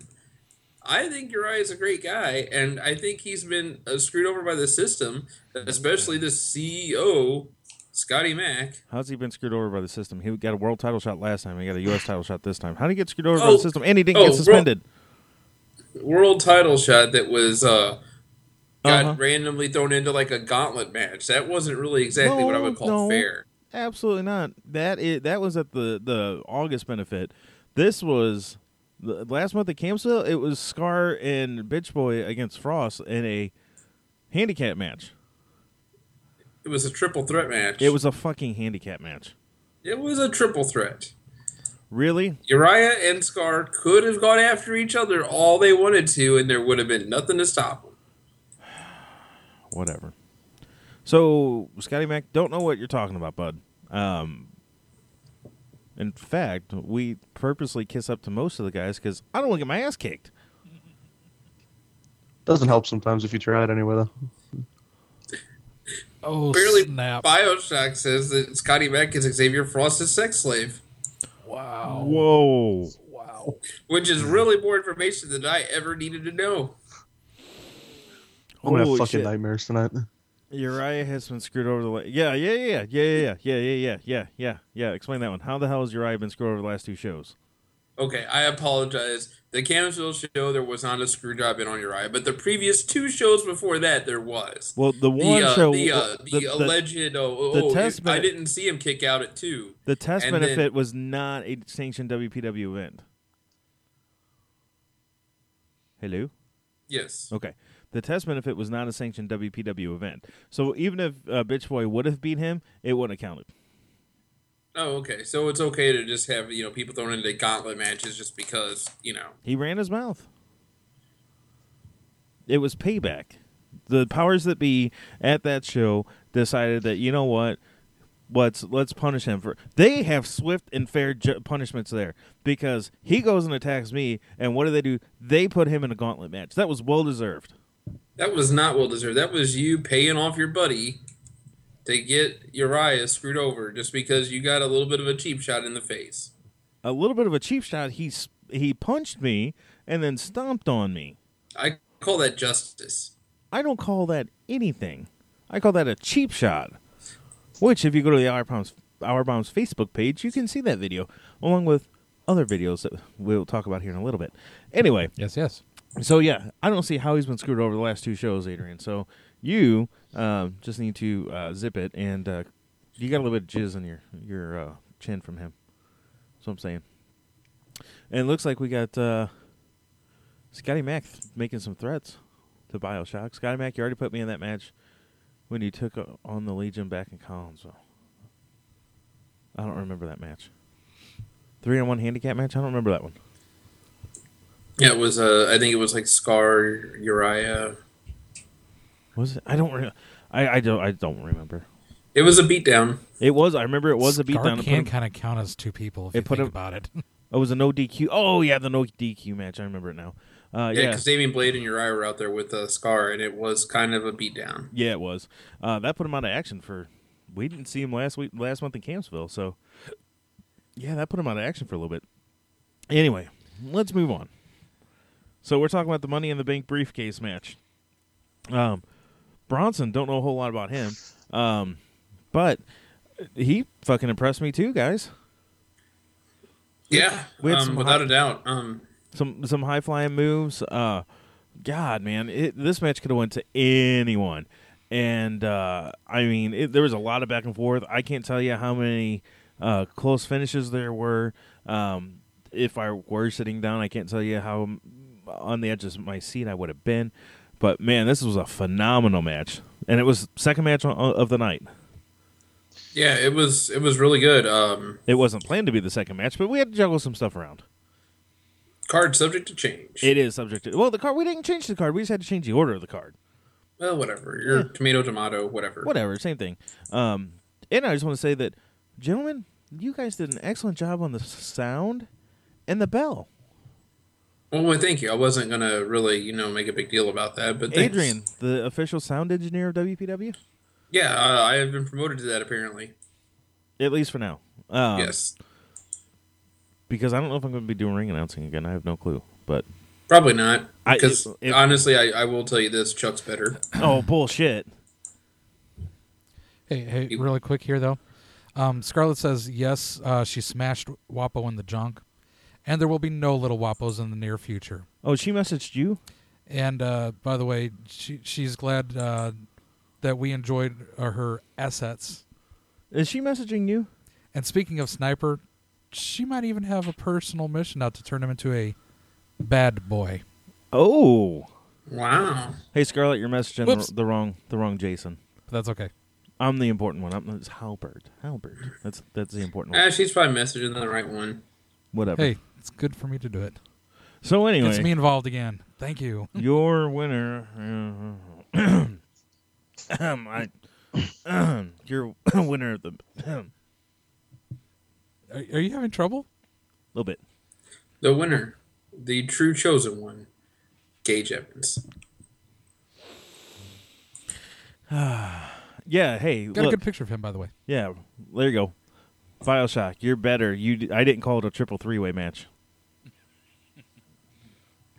Speaker 4: I think Uriah is a great guy, and I think he's been uh, screwed over by the system, especially the CEO, Scotty Mack.
Speaker 3: How's he been screwed over by the system? He got a world title shot last time. He got a U.S. title shot this time. How did he get screwed over by
Speaker 4: Oh.
Speaker 3: the system? And he didn't
Speaker 4: Oh,
Speaker 3: get
Speaker 4: world-
Speaker 3: suspended.
Speaker 4: World title shot that was uh, got
Speaker 3: Uh-huh.
Speaker 4: randomly thrown into like a gauntlet match. That wasn't really exactly what I
Speaker 3: No,
Speaker 4: would call
Speaker 3: no.
Speaker 4: fair.
Speaker 3: Absolutely not. That is, that was at the, the August benefit. This was the, last month at Campsville. It was Scar and Bitch Boy against Frost in a handicap match.
Speaker 4: It was a triple threat match.
Speaker 3: It was a fucking handicap match.
Speaker 4: It was a triple threat.
Speaker 3: Really?
Speaker 4: Uriah and Scar could have gone after each other all they wanted to, and there would have been nothing to stop them.
Speaker 3: Whatever. So, Scotty Mac, don't know what you're talking about, bud. Um, in fact, we purposely kiss up to most of the guys because I don't want to get my ass kicked.
Speaker 7: Doesn't help sometimes if you try it anyway, though.
Speaker 5: Oh
Speaker 4: Barely
Speaker 5: snap!
Speaker 4: Bioshock says that Scotty Mack is Xavier Frost's sex slave,
Speaker 5: Wow!
Speaker 3: Whoa.
Speaker 5: Wow!
Speaker 4: which is
Speaker 3: Mm.
Speaker 4: really more information than I ever needed to know.
Speaker 7: I'm gonna
Speaker 3: Holy
Speaker 7: have fucking
Speaker 3: shit.
Speaker 7: nightmares tonight.
Speaker 3: Uriah has been screwed over the last. Yeah, yeah, yeah, yeah, yeah, yeah, yeah, yeah, yeah, yeah, yeah, yeah. Explain that one. How the hell has Uriah been screwed over the last two shows?
Speaker 4: Okay, I apologize. The Camsville show, there was not a screw job in on Uriah, but the previous two shows before that, there was.
Speaker 3: Well, the
Speaker 4: The,
Speaker 3: one
Speaker 4: uh,
Speaker 3: show,
Speaker 4: the, uh, the,
Speaker 3: the,
Speaker 4: alleged, oh,
Speaker 3: the
Speaker 4: oh, oh,
Speaker 3: test
Speaker 4: I
Speaker 3: bene-
Speaker 4: didn't see him kick out at two.
Speaker 3: the test
Speaker 4: and then-
Speaker 3: benefit was not a sanctioned WPW event. Hello.
Speaker 4: Yes.
Speaker 3: Okay. The test benefit was not a sanctioned WPW event. So even if uh, Bitch Boy would have beat him, it wouldn't have counted.
Speaker 4: Oh, okay. So it's okay to just have you know people thrown into gauntlet matches just because you know.
Speaker 3: He ran his mouth. It was payback. The powers that be at that show decided that you know what, let's let's punish him for. They have swift and fair ju- punishments there because he goes and attacks me, and what do they do? They put him in a gauntlet match. That was well deserved.
Speaker 4: That was not well deserved. That was you paying off your buddy to get Uriah screwed over just because you got a little bit of a cheap shot in the face.
Speaker 3: A little bit of a cheap shot. He s- he punched me and then stomped on me.
Speaker 4: I call that justice.
Speaker 3: I don't call that anything. I call that a cheap shot. Which, if you go to the Hour Bombs, Hour Bombs Facebook page, you can see that video, along with other videos that we'll talk about here in a little bit. Anyway,
Speaker 5: Yes, yes.
Speaker 3: so yeah, I don't see how he's been screwed over the last two shows, Adrian. So you um, just need to uh, zip it, and uh, you got a little bit of jizz on your your uh, chin from him. That's what I'm saying. And it looks like we got uh, Scotty Mack th- making some threats to Bioshock. Scotty Mack, you already put me in that match when you took uh, on the Legion back in Collinsville. I don't remember that match. Three on one handicap match. I don't remember that one.
Speaker 4: Yeah, it was. Uh, I think it was like Scar Uriah.
Speaker 3: Was it? I don't. Re- I I don't. I don't remember.
Speaker 4: It was a beatdown.
Speaker 3: It was. I remember it was a
Speaker 5: Scar
Speaker 3: beatdown. It put
Speaker 5: can
Speaker 3: him,
Speaker 5: kind of count as two people if
Speaker 3: It
Speaker 5: you
Speaker 3: put
Speaker 5: think
Speaker 3: him-
Speaker 5: about it. [LAUGHS]
Speaker 3: It was a no DQ. Oh yeah, the no DQ match. I remember it now. Uh,
Speaker 4: Yeah,
Speaker 3: yeah,
Speaker 4: because Damien Blade and Uriah were out there with uh, Scar, and it was kind of a beatdown.
Speaker 3: yeah, it was. Uh, that put him out of action for. We didn't see him last week, last month in Campsville. So, yeah, that put him out of action for a little bit. Anyway, let's move on. So we're talking about the Money in the Bank briefcase match. Um, Bronson, don't know a whole lot about him, um, but he fucking impressed me too, guys.
Speaker 4: Yeah,
Speaker 3: we had
Speaker 4: um,
Speaker 3: some
Speaker 4: without
Speaker 3: hot-
Speaker 4: a doubt. Um,
Speaker 3: some some high flying moves. Uh, God, man, it, this match could have went to anyone, and uh, I mean, it, there was a lot of back and forth. I can't tell you how many uh, close finishes there were. Um, if I were sitting down, I can't tell you how um, on the edge of my seat I would have been. But man, this was a phenomenal match, and it was second match on, of the night.
Speaker 4: yeah, it was it was really good. Um,
Speaker 3: It wasn't planned to be the second match, but we had to juggle some stuff around.
Speaker 4: card subject to change.
Speaker 3: It is subject to well, the card. We didn't change the card. We just had to change the order of the card.
Speaker 4: well, whatever. Your tomato, tomato, whatever.
Speaker 3: whatever, same thing. Um, and I just want to say that, gentlemen, you guys did an excellent job on the s- sound and the bell.
Speaker 4: Well, well, thank you. I wasn't gonna really, you know, make a big deal about that, but thanks.
Speaker 3: Adrian, the official sound engineer of WPW,
Speaker 4: Yeah, I, I have been promoted to that apparently.
Speaker 3: at least for now. Um,
Speaker 4: yes,
Speaker 3: Because I don't know if I'm going to be doing ring announcing again. I have no clue. But
Speaker 4: probably not.
Speaker 3: I-
Speaker 4: Because
Speaker 3: if- if-
Speaker 4: honestly, I, I will tell you this: Chuck's better.
Speaker 3: oh bullshit!
Speaker 5: Hey, hey, really quick here though. Um, Scarlett says yes. Uh, she smashed Wapo in the junk, and there will be no little Wapos in the near future.
Speaker 3: Oh, she messaged you.
Speaker 5: And uh, by the way, she, she's glad uh, that we enjoyed uh, her assets.
Speaker 3: Is she messaging you?
Speaker 5: And speaking of sniper, she might even have a personal mission out to turn him into a bad boy.
Speaker 3: Oh,
Speaker 4: Wow.
Speaker 3: hey Scarlett, you're messaging
Speaker 5: Whoops.
Speaker 3: the, the wrong the wrong Jason.
Speaker 5: But that's okay.
Speaker 3: I'm the important one. I'm it's Halbert. Halbert. That's that's the important
Speaker 4: Ah,
Speaker 3: one.
Speaker 4: she's probably messaging the right one.
Speaker 3: Whatever.
Speaker 5: Hey, it's good for me to do it.
Speaker 3: so anyway,
Speaker 5: Gets me involved again. Thank you.
Speaker 3: Your winner. Ahem, [CLEARS THROAT] I, [CLEARS THROAT] your winner of the. [CLEARS THROAT] A
Speaker 5: Are, are you having trouble?
Speaker 3: little bit.
Speaker 4: The winner, the true chosen one, Gage Evans.
Speaker 3: Yeah, hey.
Speaker 5: Got a
Speaker 3: Look,
Speaker 5: good picture of him, by the way.
Speaker 3: yeah, there you go. Bioshock, you're better. You, d- I didn't call it a triple three way match.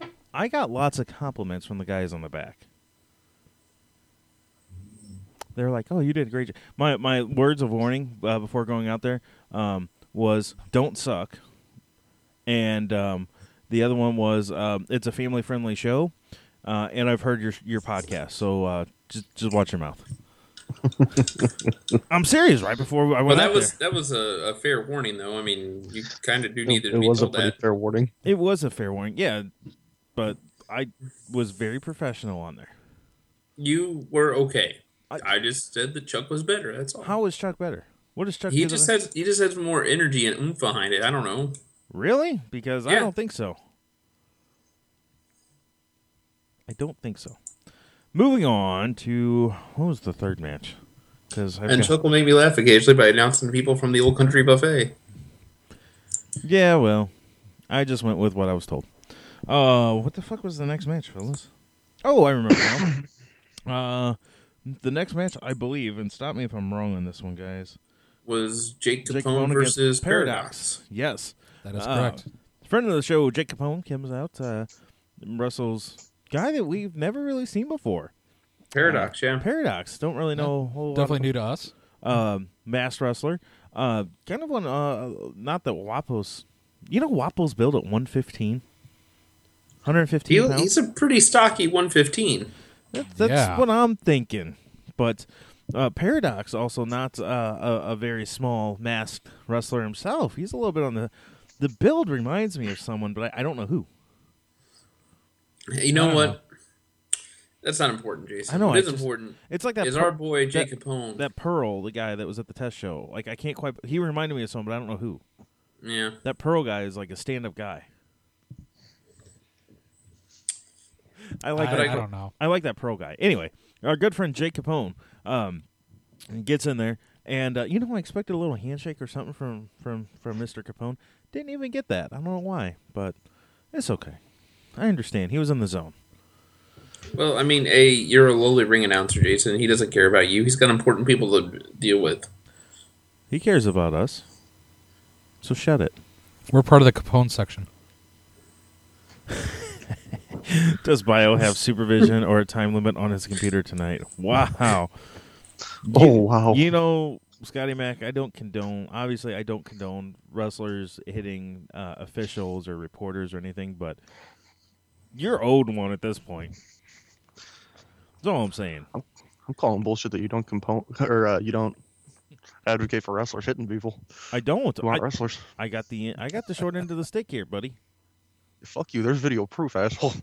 Speaker 3: [LAUGHS] I got lots of compliments from the guys on the back. They're like, "Oh, you did a great job." My my words of warning uh, before going out there um, was, "Don't suck," and um, the other one was, um, "It's a family friendly show," uh, and I've heard your your podcast, so uh, just just watch your mouth. I'm serious. Right before I went
Speaker 4: Well, that
Speaker 3: out
Speaker 4: was
Speaker 3: there,
Speaker 4: that was a, a fair warning, though. I mean, you kind of do need
Speaker 7: It,
Speaker 4: to
Speaker 7: it
Speaker 4: be
Speaker 7: was a
Speaker 4: told
Speaker 7: pretty
Speaker 4: that.
Speaker 7: fair warning.
Speaker 3: it was a fair warning, yeah, but I was very professional on there.
Speaker 4: You were okay.
Speaker 3: I-
Speaker 4: I, just said that Chuck was better. That's all.
Speaker 3: How is Chuck better? What is Chuck?
Speaker 4: he
Speaker 3: do
Speaker 4: just
Speaker 3: that-
Speaker 4: has he just has more energy and oomph behind it. I don't know.
Speaker 3: really because I
Speaker 4: Yeah.
Speaker 3: don't think so. I don't think so. Moving on to what was the third match? Because
Speaker 4: And Chuck will make me laugh occasionally by announcing people from the old country buffet.
Speaker 3: yeah, well, I just went with what I was told. Uh, what the fuck was the next match, fellas? Oh, I remember now. uh,
Speaker 4: [COUGHS]
Speaker 3: the next match, I believe, and stop me if I'm wrong on this one, guys.
Speaker 4: Was Jake Capone,
Speaker 3: Jake Capone against
Speaker 4: versus
Speaker 3: Paradox.
Speaker 4: Paradox?
Speaker 3: Yes,
Speaker 5: That is
Speaker 3: Uh,
Speaker 5: correct.
Speaker 3: Friend of the show, Jake Capone, comes out. Uh, Russell's guy that we've never really seen before.
Speaker 4: Paradox, yeah.
Speaker 3: Paradox. Don't really know a whole lot
Speaker 5: Definitely new to us.
Speaker 3: um, mass wrestler. Uh, kind of one. Uh, not that Wapos. You know Wapos build at 115. 115
Speaker 4: He,
Speaker 3: pounds.
Speaker 4: he's a pretty stocky 115.
Speaker 3: That's, that's
Speaker 5: Yeah.
Speaker 3: what I'm thinking. But uh, Paradox also not uh, a, a very small masked wrestler himself. He's a little bit on the. The build reminds me of someone, but I, I don't know who.
Speaker 4: You know
Speaker 5: don't
Speaker 4: what?
Speaker 5: know.
Speaker 4: That's not important, Jason.
Speaker 3: I know,
Speaker 4: It
Speaker 3: I
Speaker 4: is
Speaker 3: just-
Speaker 4: important.
Speaker 3: It's like that.
Speaker 4: is
Speaker 3: per-
Speaker 4: our boy Jake
Speaker 3: that-
Speaker 4: Capone.
Speaker 3: that Pearl, the guy that was at the test show. Like I can't quite. He reminded me of someone, but I don't know who.
Speaker 4: yeah.
Speaker 3: That Pearl guy is like a stand-up guy. I like
Speaker 5: I,
Speaker 3: that.
Speaker 5: I don't know.
Speaker 3: I like that Pearl guy. Anyway, our good friend Jake Capone um, gets in there, and uh, you know I expected a little handshake or something from from from Mr. Capone. Didn't even get that. I don't know why, but it's okay. I understand. He was in the zone.
Speaker 4: Well, I mean, a you're a lowly ring announcer, Jason. He doesn't care about you. He's got important people to deal with.
Speaker 3: He cares about us. So shut it.
Speaker 5: We're part of the Capone section.
Speaker 3: Does Bio
Speaker 7: [LAUGHS]
Speaker 3: have supervision or a time limit on his computer tonight? Wow.
Speaker 7: [LAUGHS] Oh, wow.
Speaker 3: You know, Scotty Mac, I don't condone. Obviously, I don't condone wrestlers hitting uh, officials or reporters or anything. But you're owed one at this point. That's all I'm saying.
Speaker 7: I'm calling bullshit that you don't compone [LAUGHS] or uh, you don't advocate for wrestlers hitting people
Speaker 3: I don't.
Speaker 7: who
Speaker 3: I,
Speaker 7: aren't wrestlers.
Speaker 3: I got the I got the short end of the stick here, buddy.
Speaker 7: Fuck you. There's video proof, asshole.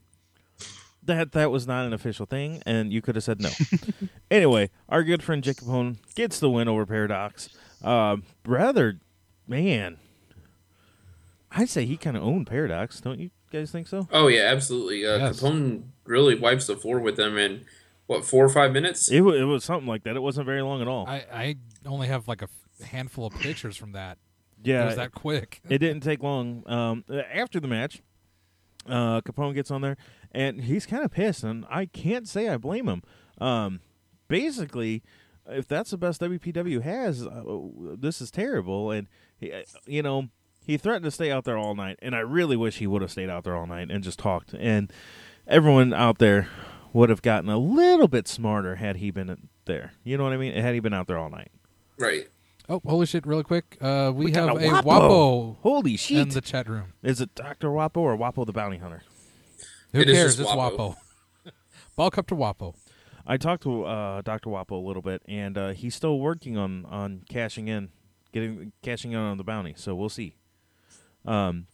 Speaker 3: that that was not an official thing, and you could have said no. [LAUGHS] anyway, our good friend Jacob Hone gets the win over Paradox. Um, rather, man, I say he kind of owned Paradox. Don't you guys think so?
Speaker 4: Oh yeah, absolutely. Uh,
Speaker 5: Yes.
Speaker 4: Capone really wipes the floor with them in what four or five minutes.
Speaker 3: It, wa it was something like that. It wasn't very long at all.
Speaker 5: I, I only have like a f- handful of pictures from that. It
Speaker 3: yeah,
Speaker 5: was that quick.
Speaker 3: it didn't take long. Um, after the match, uh, Capone gets on there, and he's kind of pissed, and I can't say I blame him. Um, basically, if that's the best WPW has, uh, this is terrible. And he, uh, you know, he threatened to stay out there all night, and I really wish he would have stayed out there all night and just talked. And everyone out there would have gotten a little bit smarter had he been there. You know what I mean? Had he been out there all night.
Speaker 4: Right.
Speaker 5: Oh, holy shit, really quick. Uh, we, have
Speaker 3: got
Speaker 5: a Wapo,
Speaker 3: Holy
Speaker 5: in
Speaker 3: shit!
Speaker 5: the chat room.
Speaker 3: Is it Doctor Wapo or Wapo the Bounty Hunter?
Speaker 5: Who
Speaker 4: It is
Speaker 5: cares?
Speaker 4: just
Speaker 5: It's
Speaker 4: Wapo. [LAUGHS]
Speaker 5: Wapo. Bulk up to Wapo.
Speaker 3: I talked to uh, Doctor Wapo a little bit, and uh, he's still working on on cashing in, getting cashing in on the bounty. So we'll see.
Speaker 4: I'm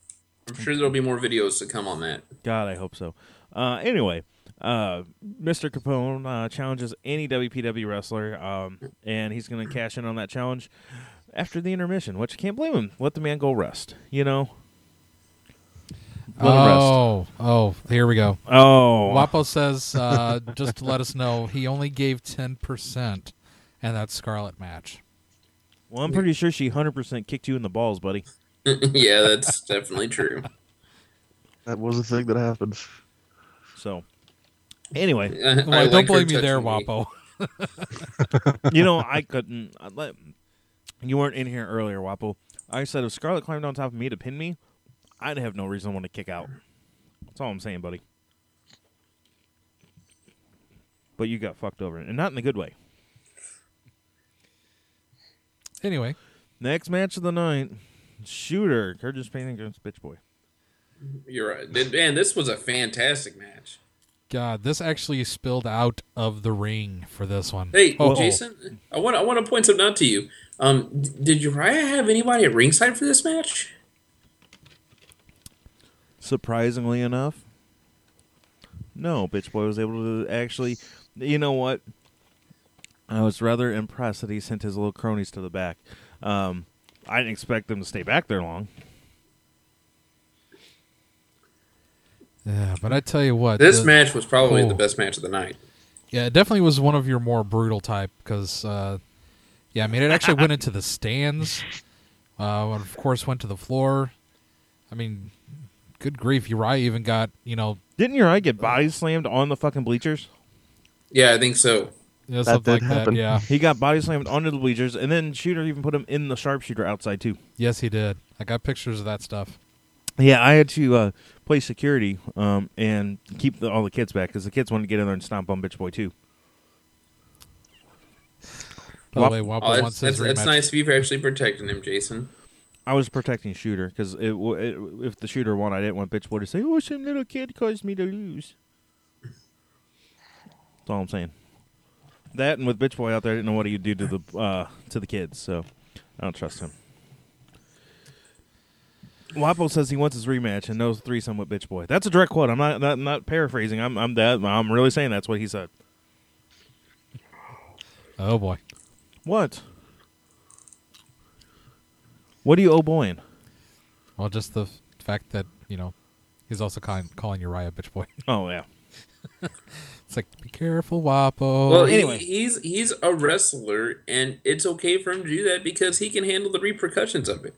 Speaker 4: sure there'll be more videos to come on that. [LAUGHS]
Speaker 3: God, I hope so. Uh, anyway, uh, Mr. Capone uh, challenges any WPW wrestler, um, and he's going to cash in on that challenge after the intermission. Which you can't blame him. Let the man go rest. You know. Let him rest.
Speaker 5: Oh, oh, here we go.
Speaker 3: Oh,
Speaker 5: Wapo says, uh, just to let us know, he only gave 10%, and that's Scarlet Match.
Speaker 3: well, I'm pretty sure she 100% kicked you in the balls, buddy.
Speaker 4: yeah, that's definitely true. [LAUGHS]
Speaker 7: That was a thing that happened.
Speaker 3: So, anyway,
Speaker 4: I
Speaker 5: Well, I don't
Speaker 4: like her
Speaker 5: blame you there,
Speaker 4: touching me.
Speaker 5: Wapo. [LAUGHS]
Speaker 3: you know, I couldn't. I let, you weren't in here earlier, Wapo. I said if Scarlet climbed on top of me to pin me, I'd have no reason to want to kick out. That's all I'm saying, buddy. But you got fucked over, and not in a good way.
Speaker 5: Anyway,
Speaker 3: Next match of the night, Shooter, Curtis Payne against Bitch Boy.
Speaker 4: You're right. Th- Man, this was a fantastic match.
Speaker 5: God, this actually spilled out of the ring for this one.
Speaker 4: Hey,
Speaker 5: Oh.
Speaker 4: Jason, I want I want to point something out to you. Um, d- did Uriah have anybody at ringside for this match?
Speaker 3: Surprisingly enough, no, Bitch Boy was able to actually. You know what? I was rather impressed that he sent his little cronies to the back. Um, I didn't expect them to stay back there long.
Speaker 5: oh. Yeah, but I tell you what,
Speaker 4: This
Speaker 5: the-
Speaker 4: match was probably
Speaker 5: Oh.
Speaker 4: the best match of the night.
Speaker 5: yeah, it definitely was one of your more brutal type because, uh, yeah, I mean, it actually went into the stands. Uh, and of course, went to the floor. I mean, good grief, Uriah even got you know
Speaker 3: Didn't your eye get body slammed on the fucking bleachers?
Speaker 4: Yeah, I think so.
Speaker 5: you know,
Speaker 7: That
Speaker 5: something like
Speaker 7: did happen.
Speaker 5: that. Yeah,
Speaker 3: He got body slammed onto the bleachers, and then Shooter even put him in the sharpshooter outside too.
Speaker 5: yes, he did. I got pictures of that stuff.
Speaker 3: Yeah, I had to uh, play security um, and keep the, all the kids back because the kids wanted to get in there and stomp on Bitch Boy too.
Speaker 5: By the
Speaker 3: Wap-
Speaker 5: way, Wampa
Speaker 4: Oh, that's,
Speaker 5: wants his
Speaker 4: that's, that's
Speaker 5: rematch.
Speaker 4: nice of you for actually protecting him, Jason.
Speaker 3: I was protecting Shooter because it, w- it, if the Shooter won, I didn't want Bitch Boy to say, "Oh, some little kid caused me to lose." That's all I'm saying. That and with Bitch Boy out there, I didn't know what he'd do to the uh, to the kids, so I don't trust him. Wapo says he wants his rematch and knows threesome with Bitch Boy. That's a direct quote. I'm not not, not paraphrasing. I'm I'm that I'm really saying that's what he said.
Speaker 5: Oh boy,
Speaker 3: What? What are you oh boying?
Speaker 5: well, just the f- fact that you know he's also calling calling Uriah bitch boy. [LAUGHS]
Speaker 3: Oh yeah.
Speaker 5: It's like be careful, Wapo.
Speaker 4: Well,
Speaker 3: anyway.
Speaker 4: anyway, he's he's a wrestler, and it's okay for him to do that because he can handle the repercussions of it.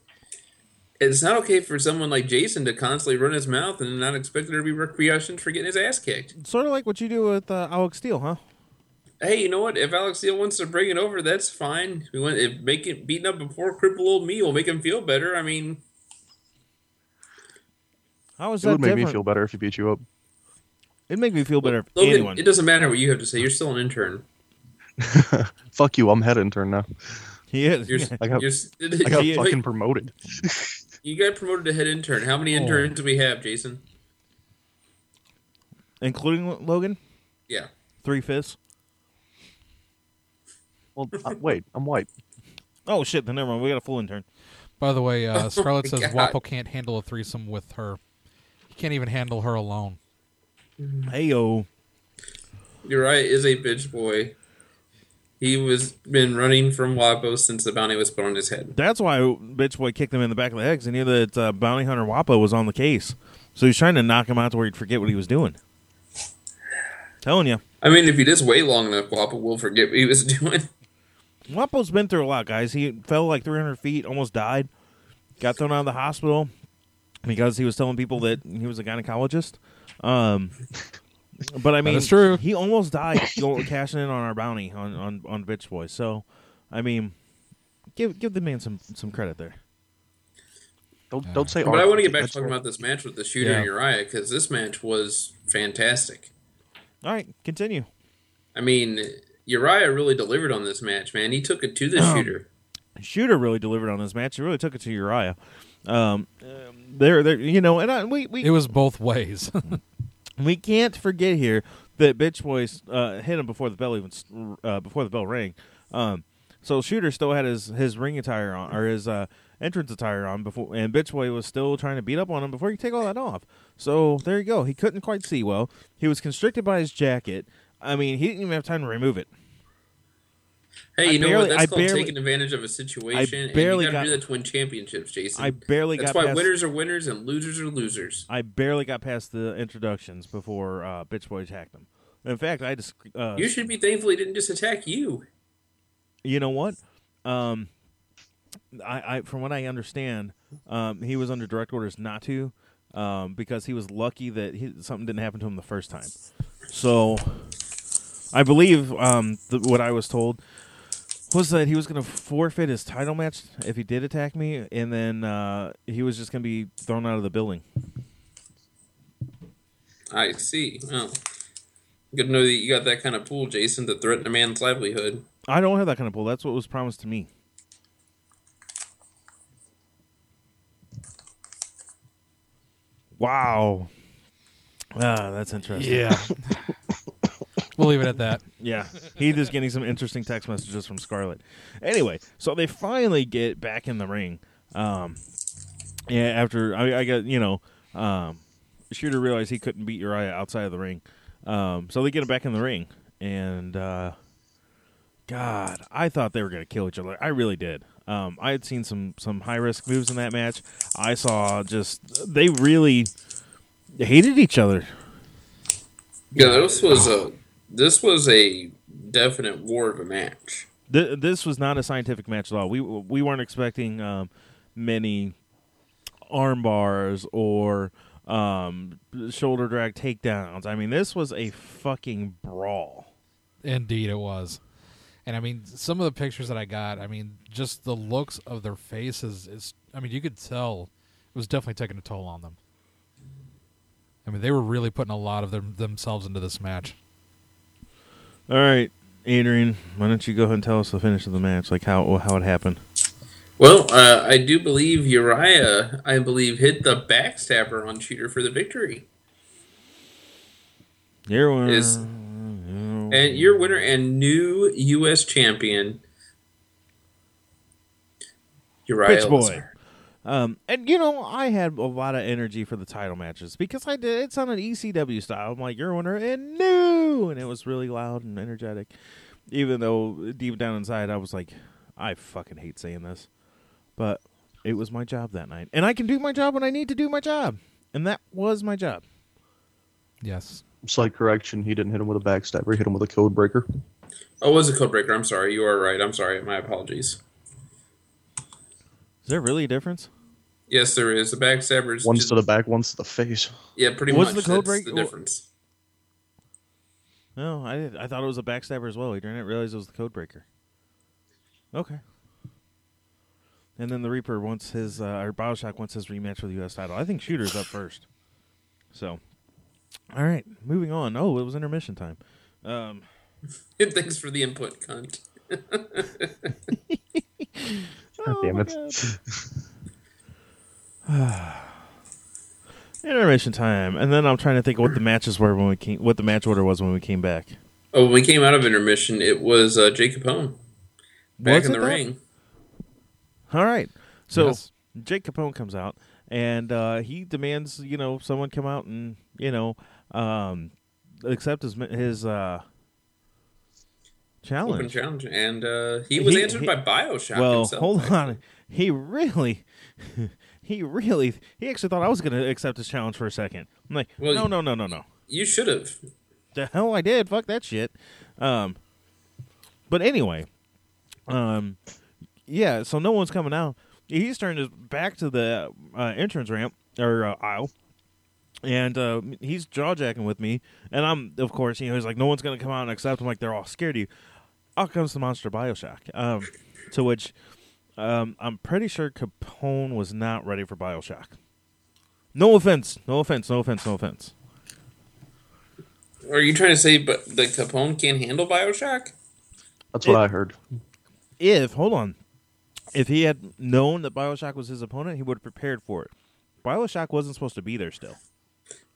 Speaker 4: it's not okay for someone like Jason to constantly run his mouth and not expect there to be repercussions for getting his ass kicked.
Speaker 3: Sort of like what you do with uh, Alex Steele, huh?
Speaker 4: Hey, you know what? If Alex Steele wants to bring it over, that's fine. We want if make it beating up a poor crippled old me will make him feel better. I mean,
Speaker 3: How is
Speaker 7: It
Speaker 3: that
Speaker 7: would make
Speaker 3: different?
Speaker 7: me feel better if he beat you up.
Speaker 3: It'd make me feel better if
Speaker 4: Logan,
Speaker 3: anyone.
Speaker 4: it doesn't matter what you have to say. You're still an intern.
Speaker 7: Fuck you, I'm head intern now.
Speaker 3: He is.
Speaker 4: You're,
Speaker 7: I got-
Speaker 4: you're, [LAUGHS]
Speaker 7: I got
Speaker 4: you,
Speaker 7: fucking promoted.
Speaker 4: you got promoted to head intern. How
Speaker 3: Oh.
Speaker 4: many interns do we have, Jason?
Speaker 3: Including Lo- Logan,
Speaker 4: Yeah.
Speaker 3: three fifths.
Speaker 7: Well, uh, wait, I'm white.
Speaker 3: Oh shit! Then never mind. We got a full intern.
Speaker 5: By the
Speaker 4: [LAUGHS]
Speaker 5: way, uh, Scarlett
Speaker 4: oh my
Speaker 5: says
Speaker 4: God.
Speaker 5: Wapo can't handle a threesome with her. He can't even handle her alone.
Speaker 3: Hey yo.
Speaker 4: Uriah is a bitch boy. He was been running from Wapo since the bounty was put on his head.
Speaker 3: That's why bitch boy kicked him in the back of the head. 'cause He knew that uh, bounty hunter Wapo was on the case, so he's trying to knock him out to where he'd forget what he was doing. Telling you,
Speaker 4: I mean, if he does wait long enough, Wapo will forget what he was [LAUGHS] doing.
Speaker 3: Wapo's been through a lot, guys. He fell like 300 feet, almost died, got thrown out of the hospital because he was telling people that he was a gynecologist. Um, but I mean,
Speaker 5: is true.
Speaker 3: He almost died go- cashing in on our bounty on on on bitch boy. So, I mean, give give the man some some credit there.
Speaker 7: Don't don't say.
Speaker 4: But I
Speaker 7: our-
Speaker 4: want to get back to
Speaker 7: that's
Speaker 4: talking
Speaker 7: right.
Speaker 4: about this match with the shooter
Speaker 5: Yeah.
Speaker 4: and Uriah because this match was fantastic.
Speaker 3: All right, continue.
Speaker 4: I mean, Uriah really delivered on this match, man. He took it
Speaker 3: [CLEARS THROAT]
Speaker 4: to the shooter.
Speaker 3: Shooter really delivered on this match. He really took it to Uriah. Um, there, there, you know, and I, we we
Speaker 5: It was both ways. [LAUGHS]
Speaker 3: we can't forget here that bitch boys uh, hit him before the bell even s- uh, before the bell rang. Um, so shooter still had his his ring attire on or his uh, entrance attire on before, and bitch boy was still trying to beat up on him before he could take all that off. So there you go. He couldn't quite see well. He was constricted by his jacket. I mean, he didn't even have time to remove it.
Speaker 4: Hey, you know
Speaker 3: barely-
Speaker 4: what? That's
Speaker 3: I
Speaker 4: called
Speaker 3: barely-
Speaker 4: taking advantage of a situation. and
Speaker 3: barely
Speaker 4: you got
Speaker 3: got-
Speaker 4: to do that to win championships, Jason.
Speaker 3: I barely
Speaker 4: That's
Speaker 3: got
Speaker 4: why
Speaker 3: past-
Speaker 4: winners are winners and losers are losers.
Speaker 3: I barely got past the introductions before uh, bitch boy attacked him. In fact, I just uh,
Speaker 4: You should be thankful he didn't just attack you.
Speaker 3: you know what? Um, I, I from what I understand, um, he was under direct orders not to, um, because he was lucky that he, something didn't happen to him the first time. So, I believe um, th- what I was told was that he was going to forfeit his title match if he did attack me, and then uh, he was just going to be thrown out of the building.
Speaker 4: I see. Oh. Good to know that you got that kind of pool, Jason, to threaten a man's livelihood.
Speaker 3: I don't have that kind of pull. That's what was promised to me. Wow. Ah, that's interesting. Yeah.
Speaker 5: we'll leave it at that.
Speaker 3: Yeah. He is getting some interesting text messages from Scarlett. Anyway, so they finally get back in the ring. Um, yeah, after I, I got, you know, um, Shooter realized he couldn't beat Uriah outside of the ring. Um, so they get him back in the ring. And, uh, God, I thought they were going to kill each other. I really did. Um, I had seen some, some high risk moves in that match. I saw just, they really hated each other.
Speaker 4: Yeah, this was a this was a definite war of a match.
Speaker 3: Th- this was not a scientific match at all. We we weren't expecting um, many arm bars or um, shoulder drag takedowns. I mean, this was a fucking brawl.
Speaker 5: Indeed, it was. And I mean, some of the pictures that I got, I mean, just the looks of their faces is, I mean, you could tell it was definitely taking a toll on them. I mean, they were really putting a lot of them, themselves into this match.
Speaker 3: All right, Adrian, why don't you go ahead and tell us the finish of the match, like how how it happened?
Speaker 4: Well, uh, I do believe Uriah, I believe, hit the backstabber on Cheater for the victory.
Speaker 3: Your winner,
Speaker 4: Is and your winner and new U.S. champion, Uriah.
Speaker 3: Bitch boy.
Speaker 4: Lazar.
Speaker 3: Um, and you know, I had a lot of energy for the title matches because I did. It's on an ECW style. I'm like, you're a winner, and new, and it was really loud and energetic. Even though deep down inside, I was like, I fucking hate saying this, but it was my job that night, and I can do my job when I need to do my job, and that was my job.
Speaker 5: Yes.
Speaker 7: Slight correction. He didn't hit him with a backstabber. He hit him with a code breaker.
Speaker 4: Oh, it was a code breaker. I'm sorry. You are right. I'm sorry. My apologies.
Speaker 3: Is there really a difference?
Speaker 4: Yes, there is. The backstabber's
Speaker 7: One's
Speaker 4: just-
Speaker 7: to the back, one's to the face.
Speaker 4: Yeah, pretty
Speaker 3: What's
Speaker 4: much.
Speaker 3: the code
Speaker 4: That's
Speaker 3: break-
Speaker 4: the difference. [LAUGHS]
Speaker 3: No, I did, I thought it was a backstabber as well. I didn't realize it was the code breaker. Okay. And then the Reaper wants his uh, or Bioshock wants his rematch for the U.S. title. I think Shooter's up first. So, all right, moving on. Oh, it was intermission time. Um,
Speaker 4: And thanks for the input, cunt.
Speaker 7: God damn
Speaker 3: my
Speaker 7: it.
Speaker 3: Oh, God. intermission time, and then I'm trying to think of what the matches were when we came, what the match order was when we came back.
Speaker 4: Oh, when we came out of intermission, it was uh, Jake Capone back
Speaker 3: Was
Speaker 4: in
Speaker 3: it
Speaker 4: the
Speaker 3: that?
Speaker 4: ring.
Speaker 3: All right. So
Speaker 5: Yes.
Speaker 3: Jake Capone comes out and uh, he demands, you know, someone come out and, you know, um, accept his his uh,
Speaker 4: Open
Speaker 3: challenge.
Speaker 4: challenge, and uh, he was
Speaker 3: He-
Speaker 4: answered
Speaker 3: he-
Speaker 4: by Bioshock.
Speaker 3: Well,
Speaker 4: himself,
Speaker 3: hold
Speaker 4: actually.
Speaker 3: on. He really, [LAUGHS] he really, he actually thought I was going to accept his challenge for a second. I'm like,
Speaker 4: Well,
Speaker 3: no,
Speaker 4: you-
Speaker 3: no, no, no, no.
Speaker 4: You should have.
Speaker 3: the hell I did. Fuck that shit. Um, but anyway, um, yeah. So no one's coming out. He's turned his back to the uh, entrance ramp or uh, aisle, and uh, he's jaw jacking with me. And I'm, of course, you know, he's like, no one's gonna come out and accept. I'm like, they're all scared of you. Out comes the monster Bioshock. Um, to which, um, I'm pretty sure Capone was not ready for Bioshock. No offense, no offense, no offense, no offense.
Speaker 4: Are you trying to say, but the Capone can't handle Bioshock?
Speaker 7: That's what
Speaker 3: It-
Speaker 7: I heard.
Speaker 3: if hold on, if he had known that Bioshock was his opponent, he would have prepared for it. Bioshock wasn't supposed to be there still.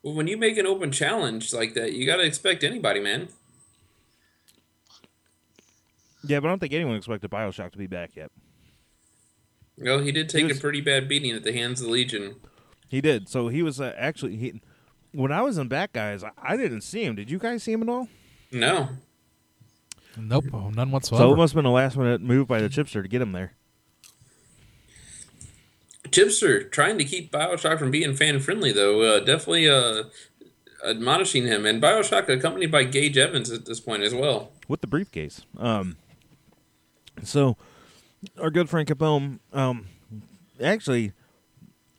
Speaker 4: Well, when you make an open challenge like that, you got to expect anybody, man.
Speaker 3: Yeah, but I don't think anyone expected Bioshock to be back yet.
Speaker 4: Well, he did take
Speaker 3: was-
Speaker 4: a pretty bad beating at the hands of the Legion.
Speaker 3: He did. So he was uh, actually he. When I was in back guys, I, I didn't see him. Did you guys see him at all?
Speaker 4: No.
Speaker 5: Nope, oh,
Speaker 3: So
Speaker 5: none
Speaker 3: it
Speaker 5: whatsoever.
Speaker 3: must have been a last minute move by the chipster to get him there.
Speaker 4: Chipster trying to keep Bioshock from being fan friendly, though, uh, definitely uh, admonishing him. And Bioshock accompanied by Gage Evans at this point as well.
Speaker 3: with the briefcase. Um, so our good friend Capone, um, actually,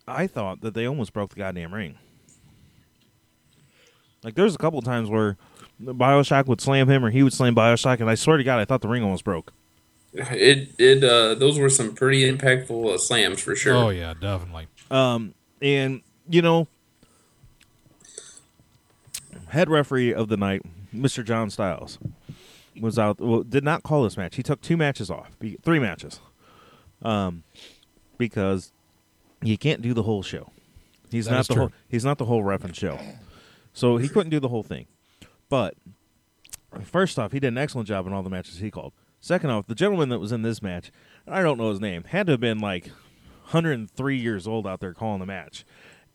Speaker 3: I thought that they almost broke the goddamn ring. Like there's a couple times where Bioshock would slam him or he would slam Bioshock, and I swear to God, I thought the ring almost broke.
Speaker 4: It it uh, those were some pretty impactful uh, slams for sure.
Speaker 5: oh yeah, definitely.
Speaker 3: And you know, head referee of the night, Mr. John Styles, was out. Well, did not call this match. He took two matches off, be- three matches, um, because you can't do the whole show. He's
Speaker 5: That
Speaker 3: not
Speaker 5: is
Speaker 3: the
Speaker 5: true.
Speaker 3: whole. He's not the whole reffing show, so he couldn't do the whole thing. But first off, he did an excellent job in all the matches he called. Second off, the gentleman that was in this match, I don't know his name, had to have been like 103 years old out there calling the match.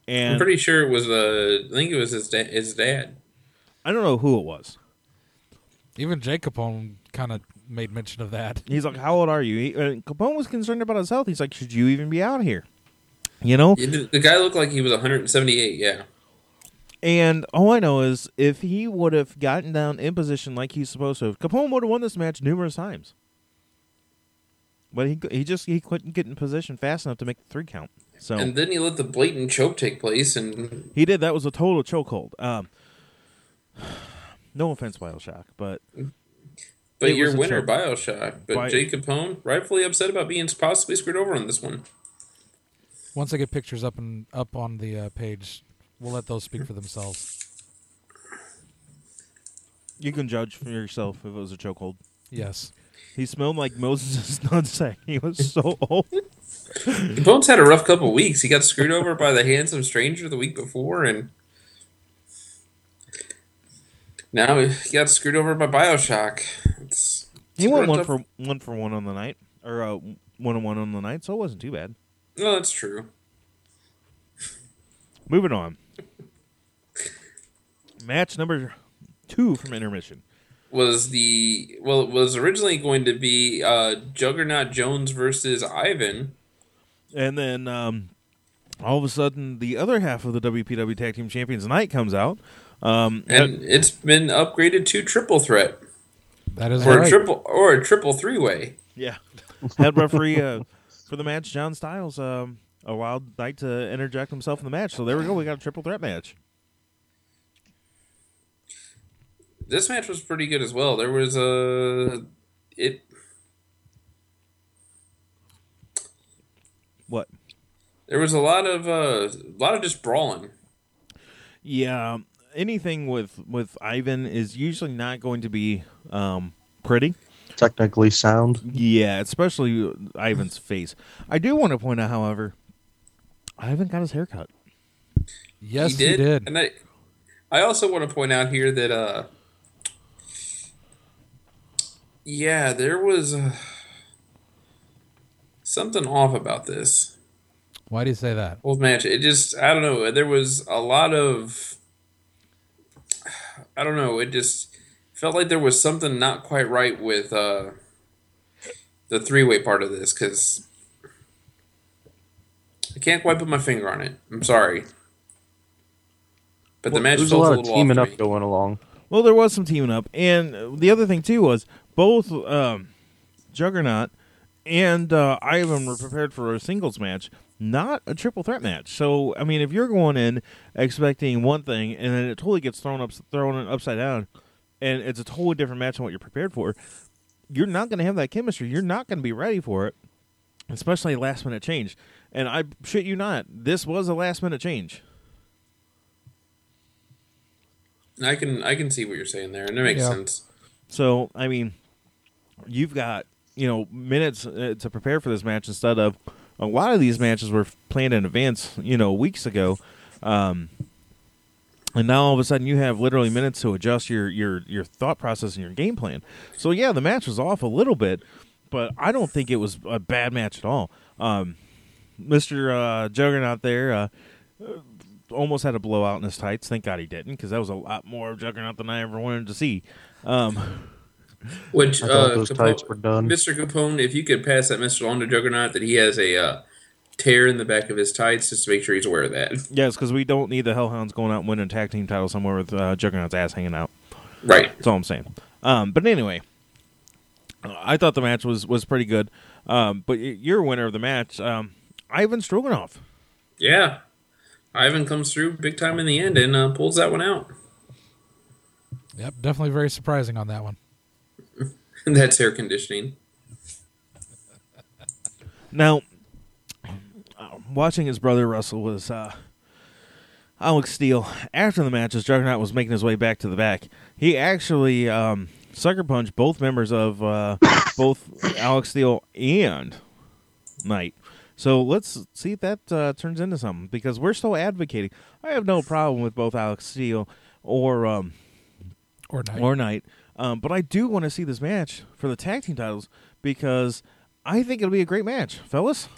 Speaker 4: I'm
Speaker 3: And
Speaker 4: pretty sure it was uh, I think it was his da- his dad.
Speaker 3: I don't know who it was.
Speaker 5: Even Jake Capone kind of made mention of that.
Speaker 3: He's like, "How old are you?" He, uh, Capone was concerned about his health. He's like, "Should you even be out here?" You know.
Speaker 4: Yeah, The the guy looked like he was 178. Yeah,
Speaker 3: And all I know is, if he would have gotten down in position like he's supposed to, have, Capone would have won this match numerous times. But he he just he couldn't get in position fast enough to make the three count. So
Speaker 4: and then he let the blatant choke take place, and
Speaker 3: He did. That was a total chokehold. Um, [SIGHS] no offense, Bioshock, but
Speaker 4: but
Speaker 3: It was
Speaker 4: your
Speaker 3: a
Speaker 4: winner
Speaker 3: choke.
Speaker 4: Bioshock. But
Speaker 3: Bio-
Speaker 4: Jake Capone rightfully upset about being possibly screwed over on this one.
Speaker 5: Once I get pictures up and up on the uh, page, we'll let those speak for themselves.
Speaker 3: you can judge for yourself if it was a chokehold.
Speaker 5: Yes.
Speaker 3: He smelled like Moses' [LAUGHS] nutsack. He was so old.
Speaker 4: Capone's had a rough couple weeks. He got screwed over by the handsome stranger the week before, and now he got screwed over by Bioshock. It's,
Speaker 3: He went one
Speaker 4: Tough-
Speaker 3: for one for one on the night, or uh, one on one on the night, so it wasn't too bad.
Speaker 4: no, that's true.
Speaker 3: Moving on. Match number two from intermission.
Speaker 4: was the well it was originally going to be uh juggernaut jones versus ivan
Speaker 3: And then um, all of a sudden, the other half of the WPW Tag Team Champions Night comes out. Um,
Speaker 4: and it's been upgraded to triple threat
Speaker 5: That is
Speaker 4: or a
Speaker 5: right.
Speaker 4: triple or a triple three way
Speaker 3: [LAUGHS] Yeah. Head referee uh, for the match, John Styles. Um, allowed Knight to interject himself in the match. So there we go. We got a triple threat match.
Speaker 4: This match was pretty good as well. There was a it
Speaker 3: What?
Speaker 4: there was a lot of uh, a lot of just brawling.
Speaker 3: Yeah, um, anything with with Ivan is usually not going to be um, pretty.
Speaker 7: Technically sound.
Speaker 3: Yeah, especially Ivan's face. I do want to point out, however, Ivan got his hair cut.
Speaker 5: Yes,
Speaker 4: he did. And I, I also want to point out here that, uh, yeah, there was uh, something off about this
Speaker 5: Why do you say that?
Speaker 4: old match. It just, I don't know. There was a lot of, I don't know. It just felt like there was something not quite right with uh, the three way part of this because I can't quite put my finger on it. I'm sorry. But the match
Speaker 7: There's
Speaker 4: felt
Speaker 7: a lot
Speaker 4: a
Speaker 7: of
Speaker 4: little
Speaker 7: teaming
Speaker 4: off
Speaker 7: up
Speaker 4: to me.
Speaker 7: going along.
Speaker 3: Well, there was some teaming up, and the other thing too was both um, Juggernaut and uh, Ivan were prepared for a singles match, not a triple threat match. So, I mean, if you're going in expecting one thing and then it totally gets thrown up, thrown upside down, and it's a totally different match than what you're prepared for, you're not going to have that chemistry. You're not going to be ready for it, especially last minute change. And I shit you not, this was a last minute change.
Speaker 4: I can I can see what you're saying there, and it makes
Speaker 5: Yeah.
Speaker 4: sense.
Speaker 3: So I mean, you've got you know minutes uh, to prepare for this match instead of a lot of these matches were planned in advance, you know, weeks ago, um, and now all of a sudden you have literally minutes to adjust your your your thought process and your game plan. So yeah, the match was off a little bit, but I don't think it was a bad match at all. Um, Mister uh, Juggernaut there. Uh, Almost had a blowout in his tights. Thank God he didn't, because that was a lot more of Juggernaut than I ever wanted to see. Um,
Speaker 4: Which
Speaker 7: I thought
Speaker 4: uh,
Speaker 7: those
Speaker 4: Capo-
Speaker 7: tights were done.
Speaker 4: Mr. Capone, if you could pass that Mr. on to Juggernaut that he has a uh, tear in the back of his tights, just to make sure he's aware of
Speaker 7: [LAUGHS]
Speaker 4: that.
Speaker 3: Yes, because we don't need the Hellhounds going out and winning a tag team title somewhere with uh, Juggernaut's ass hanging out.
Speaker 4: Right.
Speaker 3: That's all I'm saying. Um, but anyway, I thought the match was was pretty good. Um, but y- your winner of the match, um, Ivan Stroganoff.
Speaker 4: Yeah. Ivan comes through big time in the end and uh, pulls that one out. [LAUGHS]
Speaker 5: Yep, definitely very surprising on that one.
Speaker 4: That's air conditioning.
Speaker 3: Now, uh, watching his brother Russell was uh, Alex Steele. After the match, as Juggernaut was making his way back to the back, he actually um, sucker punched both members of uh, [COUGHS] both Alex Steele and Knight. So let's see if that uh, turns into something because we're still advocating. I have no problem with both Alex Steele or um,
Speaker 5: Or not.
Speaker 3: or night. Um, but I do want to see this match for the tag team titles because I think it'll be a great match, fellas.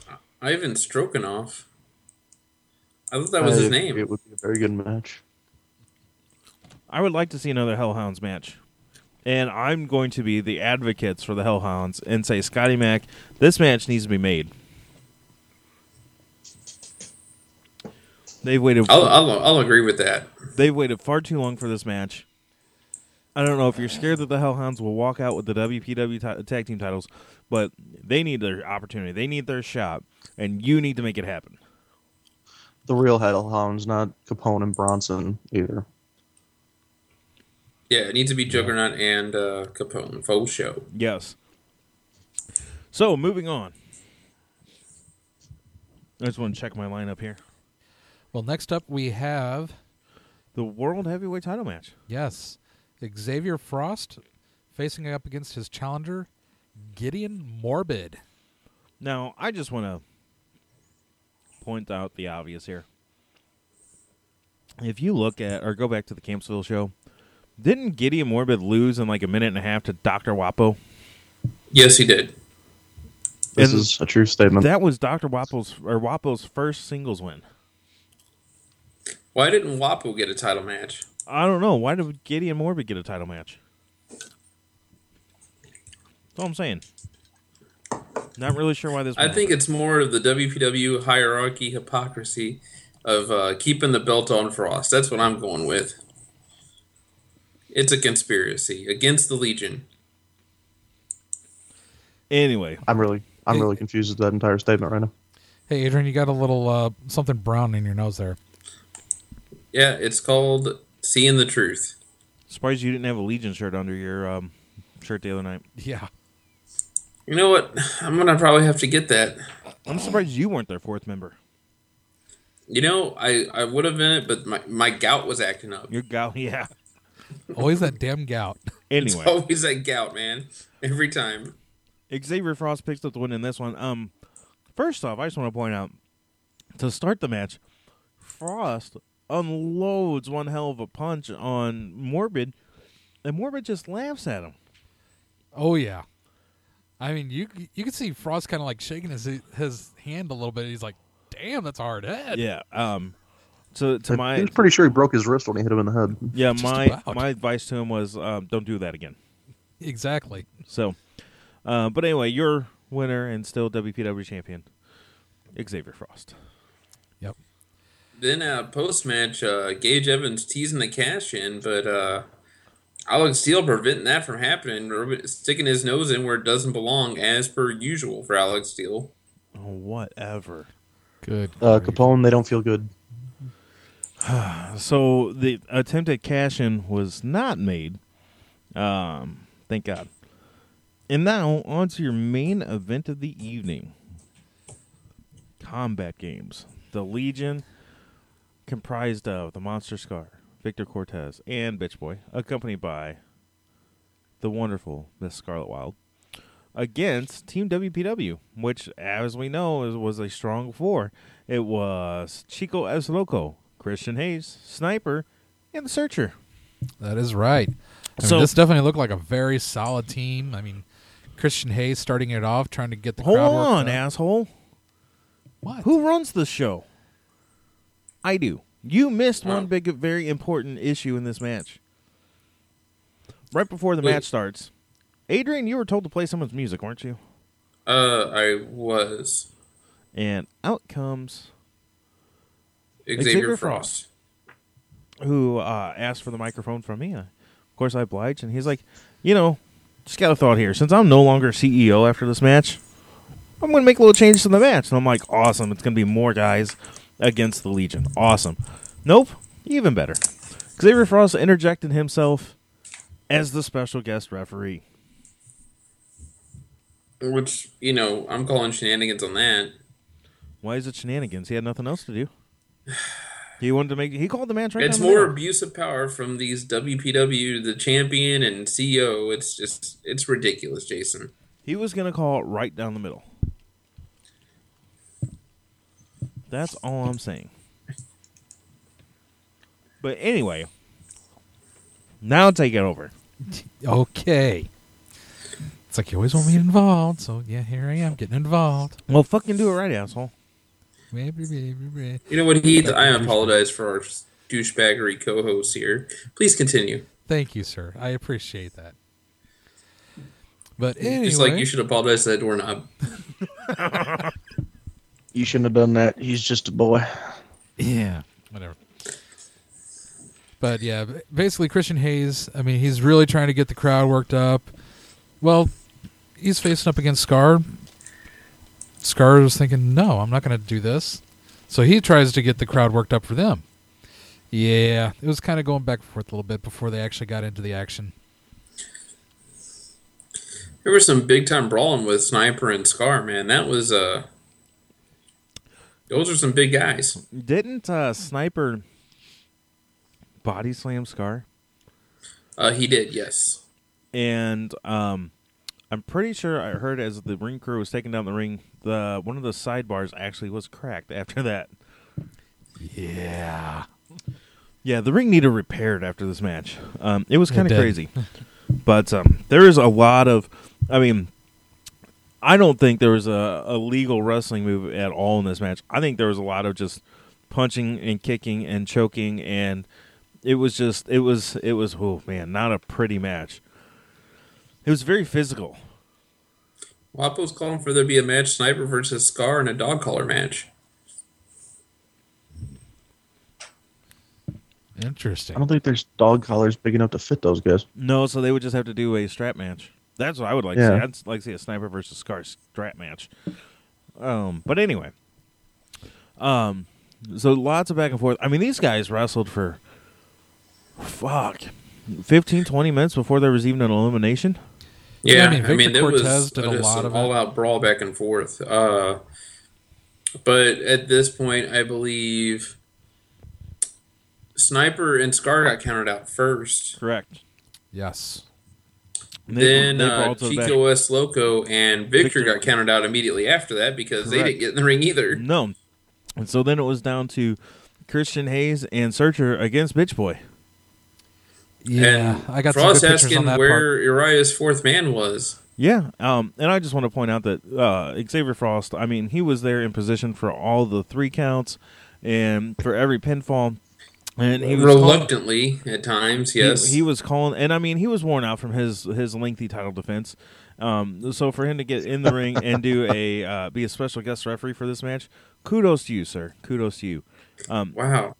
Speaker 4: Ivan Strokanoff. I thought that was
Speaker 7: I
Speaker 4: his
Speaker 7: agree,
Speaker 4: name.
Speaker 7: It would be a very good match.
Speaker 3: I would like to see another Hellhounds match. And I'm going to be the advocates for the Hellhounds and say, Scotty Mack, this match needs to be made. They've waited.
Speaker 4: I'll, I'll, I'll agree with that.
Speaker 3: they've waited far too long for this match. I don't know if you're scared that the Hellhounds will walk out with the WPW ti- tag team titles, but they need their opportunity. They need their shot, and you need to make it happen.
Speaker 7: The real Hellhounds, not Capone and Bronson either.
Speaker 4: Yeah, it needs to be Juggernaut and uh, Capone. Full show.
Speaker 3: Yes. So moving on. I just want to check my lineup here.
Speaker 5: Well, next up we have
Speaker 3: The World Heavyweight Title match.
Speaker 5: yes, Xavier Frost facing up against his challenger Gideon Morbid.
Speaker 3: Now, I just want to point out the obvious here. If you look at or go back to the Campsville show, didn't Gideon Morbid lose in like a minute and a half to Doctor Wapo?
Speaker 4: Yes, he did.
Speaker 7: This
Speaker 3: And
Speaker 7: is a true statement.
Speaker 3: That was Doctor Wapo's or Wapo's first singles win.
Speaker 4: Why didn't Wapo get a title match?
Speaker 3: I don't know. Why did Gideon Morbid get a title match? That's all I'm saying. Not really sure why this.
Speaker 4: I
Speaker 3: went.
Speaker 4: think it's more of the WPW hierarchy hypocrisy of uh, keeping the belt on Frost. That's what I'm going with. It's a conspiracy against the Legion.
Speaker 3: Anyway,
Speaker 7: I'm really, I'm really confused with that entire statement right now.
Speaker 5: Hey, Adrian, you got a little uh, something brown in your nose there.
Speaker 4: Yeah, it's called Seeing the Truth.
Speaker 3: Surprised you didn't have a Legion shirt under your um, shirt the other night.
Speaker 5: Yeah.
Speaker 4: You know what? [SIGHS] I'm gonna probably have to get that.
Speaker 3: I'm surprised you weren't their fourth member.
Speaker 4: You know, I, I would have been it, but my, my gout was acting up.
Speaker 3: Your gal, [LAUGHS] yeah.
Speaker 5: Always that damn gout.
Speaker 3: Anyway,
Speaker 4: [LAUGHS] Always that gout, man. Every time.
Speaker 3: Xavier Frost picks up the win in this one. Um, first off, I just want to point out to start the match, Frost unloads one hell of a punch on Morbid, and Morbid just laughs at him.
Speaker 5: Oh yeah. I mean, you you can see Frost kind of like shaking his his hand a little bit. He's like, "Damn, that's a hard [LAUGHS] head."
Speaker 3: Yeah. Um. So to
Speaker 7: I
Speaker 3: my
Speaker 7: was pretty sure he broke his wrist when he hit him in the head.
Speaker 3: [LAUGHS] yeah
Speaker 5: just
Speaker 3: my
Speaker 5: about.
Speaker 3: my advice to him was um, don't do that again.
Speaker 5: Exactly.
Speaker 3: So, uh, but anyway, your winner and still WPW champion, Xavier Frost.
Speaker 5: Yep.
Speaker 4: Then uh, post match, uh, Gage Evans teasing the cash in, but uh, Alex Steele preventing that from happening, or sticking his nose in where it doesn't belong, as per usual for Alex Steele.
Speaker 3: Oh, whatever.
Speaker 5: Good.
Speaker 7: Uh, Capone, they don't feel good.
Speaker 3: So the attempted cash in was not made. Um, thank God. And now on to your main event of the evening. Combat games. The Legion comprised of the Monster Scar, Victor Cortez, and Bitch Boy, accompanied by the wonderful Miss Scarlet Wild, against Team WPW, which, as we know, is, was a strong four. It was Chico as Loco, Christian Hayes, Sniper, and the Searcher.
Speaker 5: That is right. I
Speaker 3: So-
Speaker 5: mean, this definitely looked like a very solid team. I mean, Christian Hayes starting it off, trying to get the
Speaker 3: Hold
Speaker 5: crowd. worked
Speaker 3: on,
Speaker 5: up.
Speaker 3: asshole.
Speaker 5: What?
Speaker 3: Who runs the show? I do. You missed one big, very important issue in this match. Right before the
Speaker 4: Wait.
Speaker 3: match starts, Adrian, you were told to play someone's music, weren't you?
Speaker 4: Uh, I was
Speaker 3: And out comes
Speaker 4: Xavier,
Speaker 3: Xavier
Speaker 4: Frost.
Speaker 3: who uh, asked for the microphone from me. I, of course, I obliged, and he's like, you know, just got a thought here. Since I'm no longer CEO after this match, I'm going to make a little change to the match. And I'm like, awesome. It's going to be more guys against the Legion. Awesome. Nope. Even better. Xavier Frost interjected himself as the special guest referee.
Speaker 4: Which, you know, I'm calling shenanigans on that.
Speaker 3: Why is it shenanigans? He had nothing else to do. [SIGHS] He wanted to make. He called the match right.
Speaker 4: It's
Speaker 3: down the
Speaker 4: more
Speaker 3: middle.
Speaker 4: abuse of power from these WPW, the champion and CEO. It's just, it's ridiculous, Jason.
Speaker 3: He was going to call it right down the middle. That's all I'm saying. But anyway, now take it over.
Speaker 5: Okay. It's like you always want me involved, so yeah, here I am getting involved.
Speaker 3: Well, fucking do it right, asshole.
Speaker 5: Baby, baby, baby.
Speaker 4: You know what, Heath? I apologize for our douchebaggery co host here. Please continue.
Speaker 5: Thank you, sir. I appreciate that. But anyway,
Speaker 4: Just like you should apologize to that doorknob.
Speaker 7: You shouldn't have done that. He's just a boy.
Speaker 5: Yeah. Whatever. But yeah, b- basically Christian Hayes, I mean, he's really trying to get the crowd worked up. Well, he's facing up against Scar. Scar was thinking, "No, I'm not going to do this." So he tries to get the crowd worked up for them. Yeah, it was kind of going back and forth a little bit before they actually got into the action.
Speaker 4: There was some big time brawling with Sniper and Scar, man. That was uh those are some big guys.
Speaker 3: Didn't uh, Sniper body slam Scar?
Speaker 4: Uh he did, yes.
Speaker 3: And um, I'm pretty sure I heard as the ring crew was taking down the ring, the one of the sidebars actually was cracked after that.
Speaker 5: Yeah.
Speaker 3: Yeah, the ring needed repaired after this match. Um, it was kind of
Speaker 5: did.
Speaker 3: crazy, [LAUGHS] but um, there is a lot of. I mean, I don't think there was a, a legal wrestling move at all in this match. I think there was a lot of just punching and kicking and choking, and it was just it was it was oh man, not a pretty match. It was very physical.
Speaker 4: Wapo's calling for there to be a match Sniper versus Scar and a dog collar match.
Speaker 5: Interesting.
Speaker 7: I don't think there's dog collars big enough to fit those guys.
Speaker 3: No, so they would just have to do a strap match. That's what I would like
Speaker 7: Yeah.
Speaker 3: to see. I'd like to see a sniper versus scar strap match. Um, but anyway, Um, so lots of back and forth. I mean, these guys wrestled for fuck 15, 20 minutes before there was even an elimination.
Speaker 5: Yeah,
Speaker 4: Yeah,
Speaker 5: I mean,
Speaker 4: I mean,
Speaker 5: Victor
Speaker 4: there was
Speaker 5: Cortez
Speaker 4: just
Speaker 5: did a lot
Speaker 4: an
Speaker 5: of it.
Speaker 4: all-out brawl back and forth. Uh, but at this point, I believe Sniper and Scar got counted out first.
Speaker 3: Correct.
Speaker 5: Yes.
Speaker 3: And they-
Speaker 4: then
Speaker 3: they
Speaker 4: uh,
Speaker 3: brawled to the back.
Speaker 4: Chico S. Loco and Victor,
Speaker 3: Victor.
Speaker 4: got counted out immediately after that because they
Speaker 3: Correct.
Speaker 4: didn't get in the ring either.
Speaker 3: No. And so then it was down to Christian Hayes and Searcher against Bitch Boy.
Speaker 5: Yeah,
Speaker 4: and
Speaker 5: I got some
Speaker 4: Frost
Speaker 5: good pictures
Speaker 4: asking
Speaker 5: on that
Speaker 4: where
Speaker 5: part.
Speaker 4: Uriah's fourth man was.
Speaker 3: Yeah. Um, and I just want to point out that uh, Xavier Frost, I mean, he was there in position for all the three counts and for every pinfall. And he was calling-
Speaker 4: Reluctantly at times,
Speaker 3: he-
Speaker 4: yes.
Speaker 3: He, was calling, and I mean, he was worn out from his his lengthy title defense. Um, so for him to get in the ring and do a uh, be a special guest referee for this match, kudos to you, sir. Kudos to you.
Speaker 4: wow.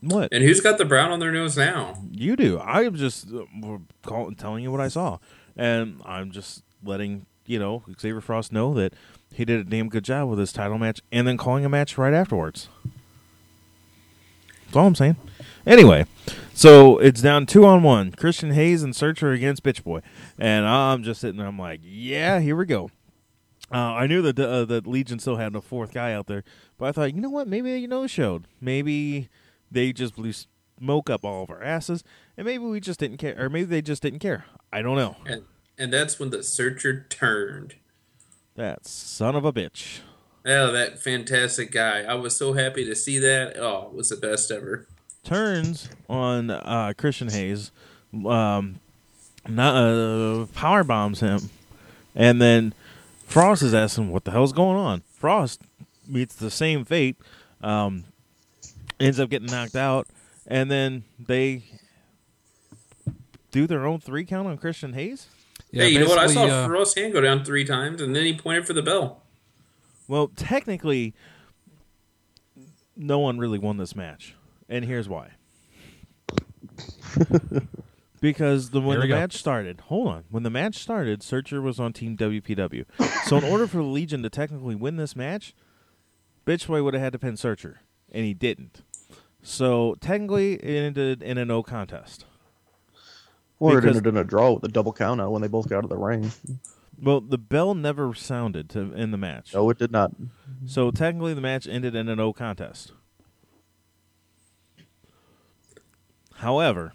Speaker 3: What
Speaker 4: And who's got the brown on their nose now?
Speaker 3: you do? I'm just uh, we're call, telling you what I saw, and I'm just letting you know Xavier Frost know that he did a damn good job with his title match, and then calling a match right afterwards. That's all I'm saying. Anyway, so it's down two on one. Christian Hayes and Searcher against Bitch Boy, and I'm just sitting there. I'm like, yeah, here we go. Uh, I knew that uh, that Legion still had a fourth guy out there, but I thought, you know what? Maybe they no showed. Maybe they just blew smoke up all of our asses, and maybe we just didn't care, or maybe they just didn't care. I don't know.
Speaker 4: And, and that's when the searcher turned.
Speaker 3: That son of a bitch.
Speaker 4: Oh, that fantastic guy. I was so happy to see that. Oh, it was the best ever.
Speaker 3: turns on uh, Christian Hayes, um, not, uh, power bombs him, and then Frost is asking what the hell's going on. Frost meets the same fate, um, ends up getting knocked out, and then they do their own three count on Christian Hayes.
Speaker 5: Yeah,
Speaker 4: hey, you know what? I saw
Speaker 5: basically,
Speaker 4: uh,
Speaker 5: uh,
Speaker 4: hand go down three times, and then he pointed for the bell.
Speaker 3: Well, technically, no one really won this match, and here's
Speaker 5: [LAUGHS]
Speaker 3: why. because the when
Speaker 5: Here
Speaker 3: the
Speaker 5: we go.
Speaker 3: match started, hold on, when the match started, Searcher was on Team WPW. so in order for the Legion to technically win this match, Bitchway would have had to pin Searcher, and he didn't. So technically, it ended in a no contest.
Speaker 7: Or
Speaker 3: Because-
Speaker 7: it ended in a draw with a double count out when they both got out of the ring.
Speaker 3: Well, the bell never sounded to, in the match.
Speaker 7: No, it did not.
Speaker 3: So technically, the match ended in a no contest. However,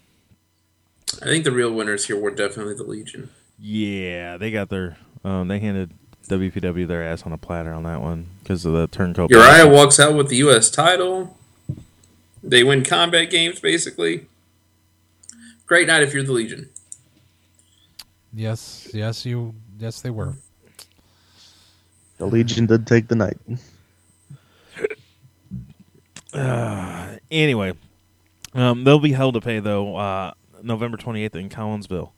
Speaker 4: I think the real winners here were definitely the Legion.
Speaker 3: yeah, they got their um, they handed WPW their ass on a platter on that one because of the turncoat.
Speaker 4: Uriah walks out with the U.S. title. They win combat games, basically. Great night if you're the Legion.
Speaker 5: yes, yes, you, yes, they were.
Speaker 7: The Legion did take the night.
Speaker 3: Anyway, um, they'll be held to pay though. Uh, November twenty eighth in Collinsville.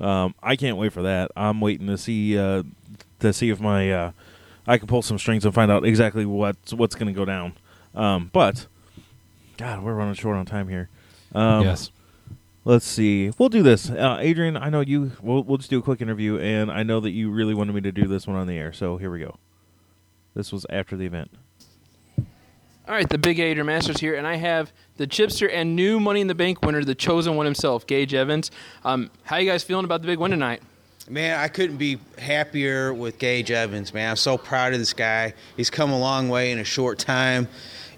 Speaker 3: Um, I can't wait for that. I'm waiting to see uh, to see if my uh, I can pull some strings and find out exactly what's what's going to go down. Um, but God, we're running short on time here. Um,
Speaker 5: yes.
Speaker 3: Let's see. We'll do this, uh, Adrian. I know you. We'll, we'll just do a quick interview, and I know that you really wanted me to do this one on the air, so here we go. This was after the event.
Speaker 9: All right, the Big Aider Masters here, and I have the chipster and new Money in the Bank winner, the chosen one himself, Gage Evans. Um, how you guys feeling about the big win tonight?
Speaker 10: Man, I couldn't be happier with Gage Evans, man. I'm so proud of this guy. He's come a long way in a short time.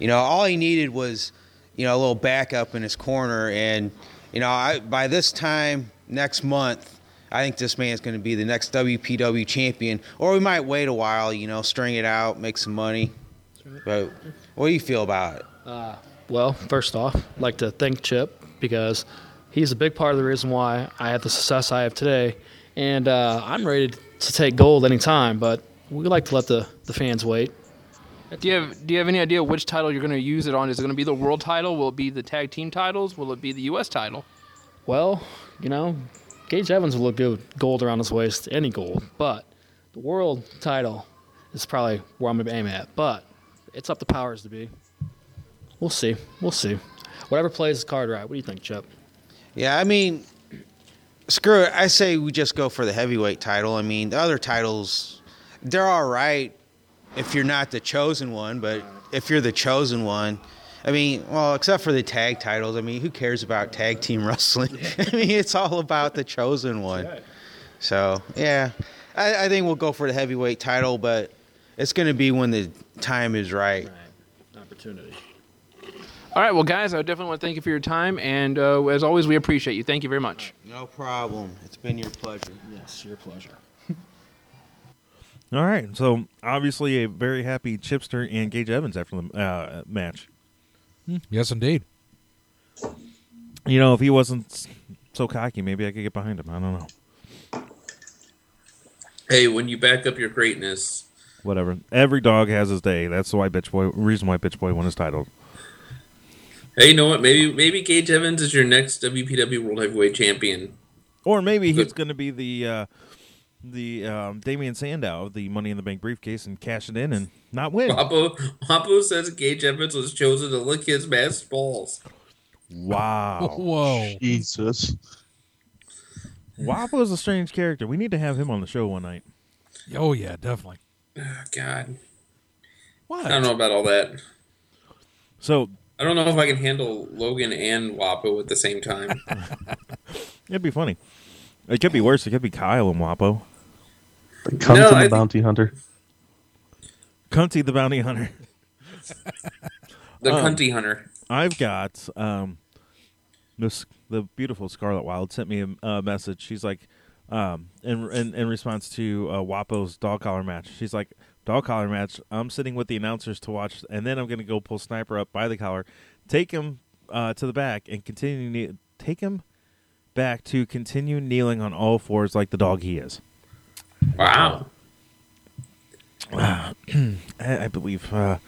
Speaker 10: You know, all he needed was, you know, a little backup in his corner. And, you know, I, by this time next month, I think this man's going to be the next WPW champion. Or we might wait a while, you know, string it out, make some money. But what do you feel about it?
Speaker 11: Well, first off, I'd like to thank Chip because he's a big part of the reason why I have the success I have today. And uh, I'm ready to take gold anytime, but we like to let the, the fans wait.
Speaker 9: Do you have Do you have any idea which title you're going to use it on? Is it going to be the world title? Will it be the tag team titles? Will it be the U.S. title?
Speaker 11: Well, you know, Gage Evans will look good with gold around his waist, any gold, but the world title is probably where I'm going to aim at. But it's up to powers to be. We'll see. We'll see. Whatever plays the card right. What do you think, Chip?
Speaker 10: Yeah, I mean, screw it. I say we just go for the heavyweight title. I mean, the other titles, they're all right, if you're not the chosen one, but if you're the chosen one, I mean, well, except for the tag titles, I mean, who cares about tag team wrestling? I mean, it's all about the chosen one. So, yeah, I, I think we'll go for the heavyweight title, but it's going to be when the time is right.
Speaker 11: Opportunity.
Speaker 9: All right, well, guys, I definitely want to thank you for your time, and uh, as always, we appreciate you. Thank you very much.
Speaker 10: No problem. It's been your pleasure.
Speaker 11: Yes, your pleasure.
Speaker 3: All right. So obviously a very happy Chipster and Gage Evans after the uh, match.
Speaker 5: Yes, indeed.
Speaker 3: You know, if he wasn't s- so cocky, maybe I could get behind him. I don't know.
Speaker 4: Hey, when you back up your greatness,
Speaker 3: Whatever. Every dog has his day. That's why bitch boy. Reason why bitch boy won his title.
Speaker 4: hey, you know what? Maybe maybe Gage Evans is your next WPW World Heavyweight Champion.
Speaker 3: Or maybe he's going to be the uh, the um, Damian Sandow of the Money in the Bank briefcase and cash it in and not win.
Speaker 4: Papo Papo says Gage Evans was chosen to lick his mass balls.
Speaker 3: Wow.
Speaker 5: Whoa.
Speaker 7: Jesus.
Speaker 3: Wapo is a strange character. We need to have him on the show one night.
Speaker 5: Oh yeah, definitely.
Speaker 4: Oh, God,
Speaker 5: What?
Speaker 4: I don't know about all that.
Speaker 3: So
Speaker 4: I don't know if I can handle Logan and Wapo at the same
Speaker 5: [LAUGHS]
Speaker 4: time.
Speaker 3: it'd be funny. It could be worse. It could be Kyle and Wapo.
Speaker 7: The
Speaker 4: No,
Speaker 7: cunt and the
Speaker 4: I think-
Speaker 7: bounty hunter.
Speaker 3: Cunty the bounty hunter.
Speaker 5: Oh.
Speaker 4: The
Speaker 3: Um,
Speaker 4: Cunty Hunter.
Speaker 3: I've got um, this the beautiful Scarlet Wild sent me a, a message. She's like, um, in, in in response to uh, Wapo's dog collar match, she's like, dog collar match. I'm sitting with the announcers to watch, and then I'm gonna go pull Sniper up by the collar, take him uh, to the back, and continue kne- take him back to continue kneeling on all fours like the dog he is.
Speaker 4: Wow.
Speaker 3: I, I believe. Uh,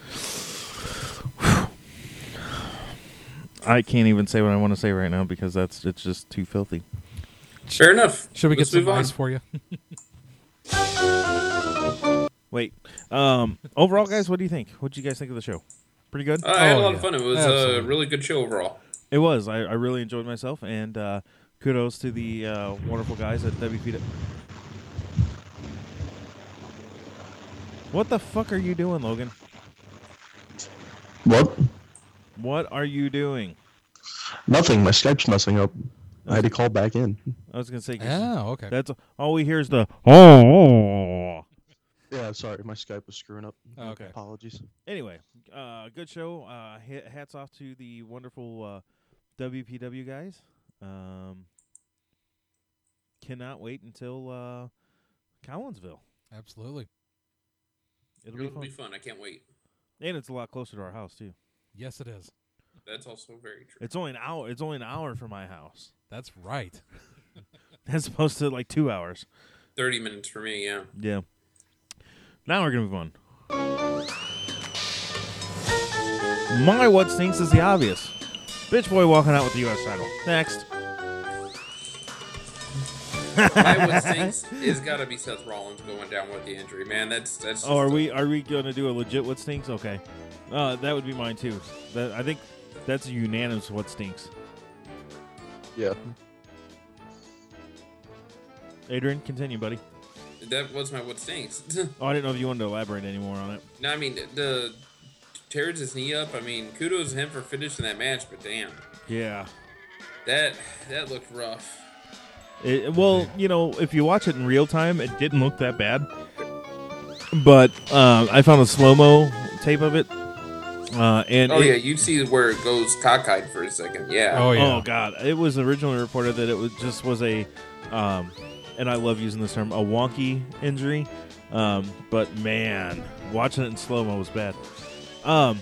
Speaker 3: I can't even say what I want to say right now because that's it's just too filthy.
Speaker 4: Fair enough.
Speaker 5: Should we
Speaker 4: Let's
Speaker 5: get some
Speaker 4: move on.
Speaker 5: ice for you?
Speaker 3: Wait. Um. Overall, guys, what do you think? What did you guys think of the show? Pretty good.
Speaker 4: Uh, I had a
Speaker 5: Oh,
Speaker 4: lot
Speaker 5: yeah.
Speaker 4: of fun. It was a
Speaker 5: Absolutely.
Speaker 4: really good show overall.
Speaker 3: It was. I, I really enjoyed myself, and uh, kudos to the uh, wonderful guys at WP. What the fuck are you doing, Logan?
Speaker 7: What?
Speaker 3: What are you doing?
Speaker 7: Nothing. My Skype's messing up. I had to call back in.
Speaker 3: I was gonna say. 'cause
Speaker 5: Oh, okay.
Speaker 3: That's all we hear is the oh.
Speaker 7: Yeah, sorry. My Skype was screwing up.
Speaker 4: Oh,
Speaker 5: Okay.
Speaker 7: Apologies.
Speaker 3: anyway, uh, good show. Uh, ha- hats off to the wonderful uh, WPW guys. Um, cannot wait until uh, Collinsville.
Speaker 5: Absolutely.
Speaker 3: It'll,
Speaker 4: It'll
Speaker 3: be fun.
Speaker 4: be fun. I can't wait.
Speaker 3: and it's a lot closer to our house too.
Speaker 5: Yes, it is.
Speaker 4: That's also very true.
Speaker 3: It's only an hour. It's only an hour from my house, [LAUGHS]
Speaker 5: That's right.
Speaker 3: as opposed to like two hours.
Speaker 4: Thirty minutes for me. Yeah.
Speaker 3: Yeah. Now we're gonna move on. My what stinks is the obvious. Bitch boy walking out with the U.S. title. Next.
Speaker 4: My
Speaker 5: [LAUGHS]
Speaker 4: what stinks is got to be Seth Rollins going down with the injury. Man, that's that's.
Speaker 3: Oh, are
Speaker 4: just-
Speaker 3: we are we gonna do a legit what stinks? Okay, uh, that would be mine too. That, I think that's a unanimous what stinks.
Speaker 7: Yeah.
Speaker 3: Adrian, continue, buddy.
Speaker 4: That was my what stinks. [LAUGHS]
Speaker 3: Oh, I didn't know if you wanted to elaborate anymore on it.
Speaker 4: no, I mean the tears his knee up. I mean, kudos to him for finishing that match. But damn,
Speaker 3: Yeah.
Speaker 4: that that looked rough.
Speaker 3: It, well, you know, if you watch it in real time, it didn't look that bad. But um, I found a slow mo tape of it, uh, and
Speaker 4: Oh
Speaker 3: it-
Speaker 4: yeah, you see where it goes cockeyed for a second. Yeah.
Speaker 5: Oh yeah.
Speaker 3: Oh god, it was originally reported that it was just was a, um, and I love using this term, a wonky injury. Um, but man, watching it in slow mo was bad. Um,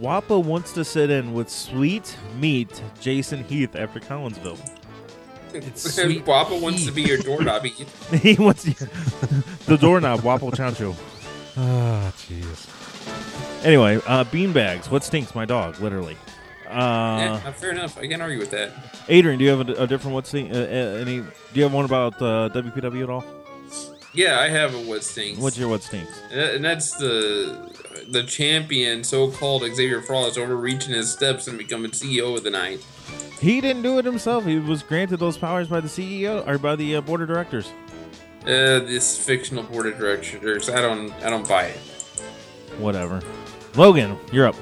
Speaker 3: Wappa wants to sit in with sweet meat Jason Heath after Collinsville.
Speaker 5: It's sweet.
Speaker 4: Papa wants to be your doorknob.
Speaker 3: [LAUGHS] [LAUGHS] he wants the doorknob Wappo Chancho.
Speaker 5: [SIGHS] Ah, jeez.
Speaker 3: Anyway, uh, beanbags. What stinks? My dog, literally. Uh,
Speaker 4: yeah, fair enough. I can't argue with that.
Speaker 3: Adrian, do you have a, a different what's stinks? Uh, uh, any? Do you have one about uh, WPW at all?
Speaker 4: Yeah, I have a what stinks.
Speaker 3: What's your what stinks?
Speaker 4: And that- and that's the the champion, so-called Xavier Frost, overreaching his steps and becoming CEO of the night.
Speaker 3: He didn't do it himself. He was granted those powers by the CEO or by the uh, board of directors.
Speaker 4: Uh, this fictional board of directors, I don't, I don't buy it.
Speaker 3: Whatever. Logan, you're up.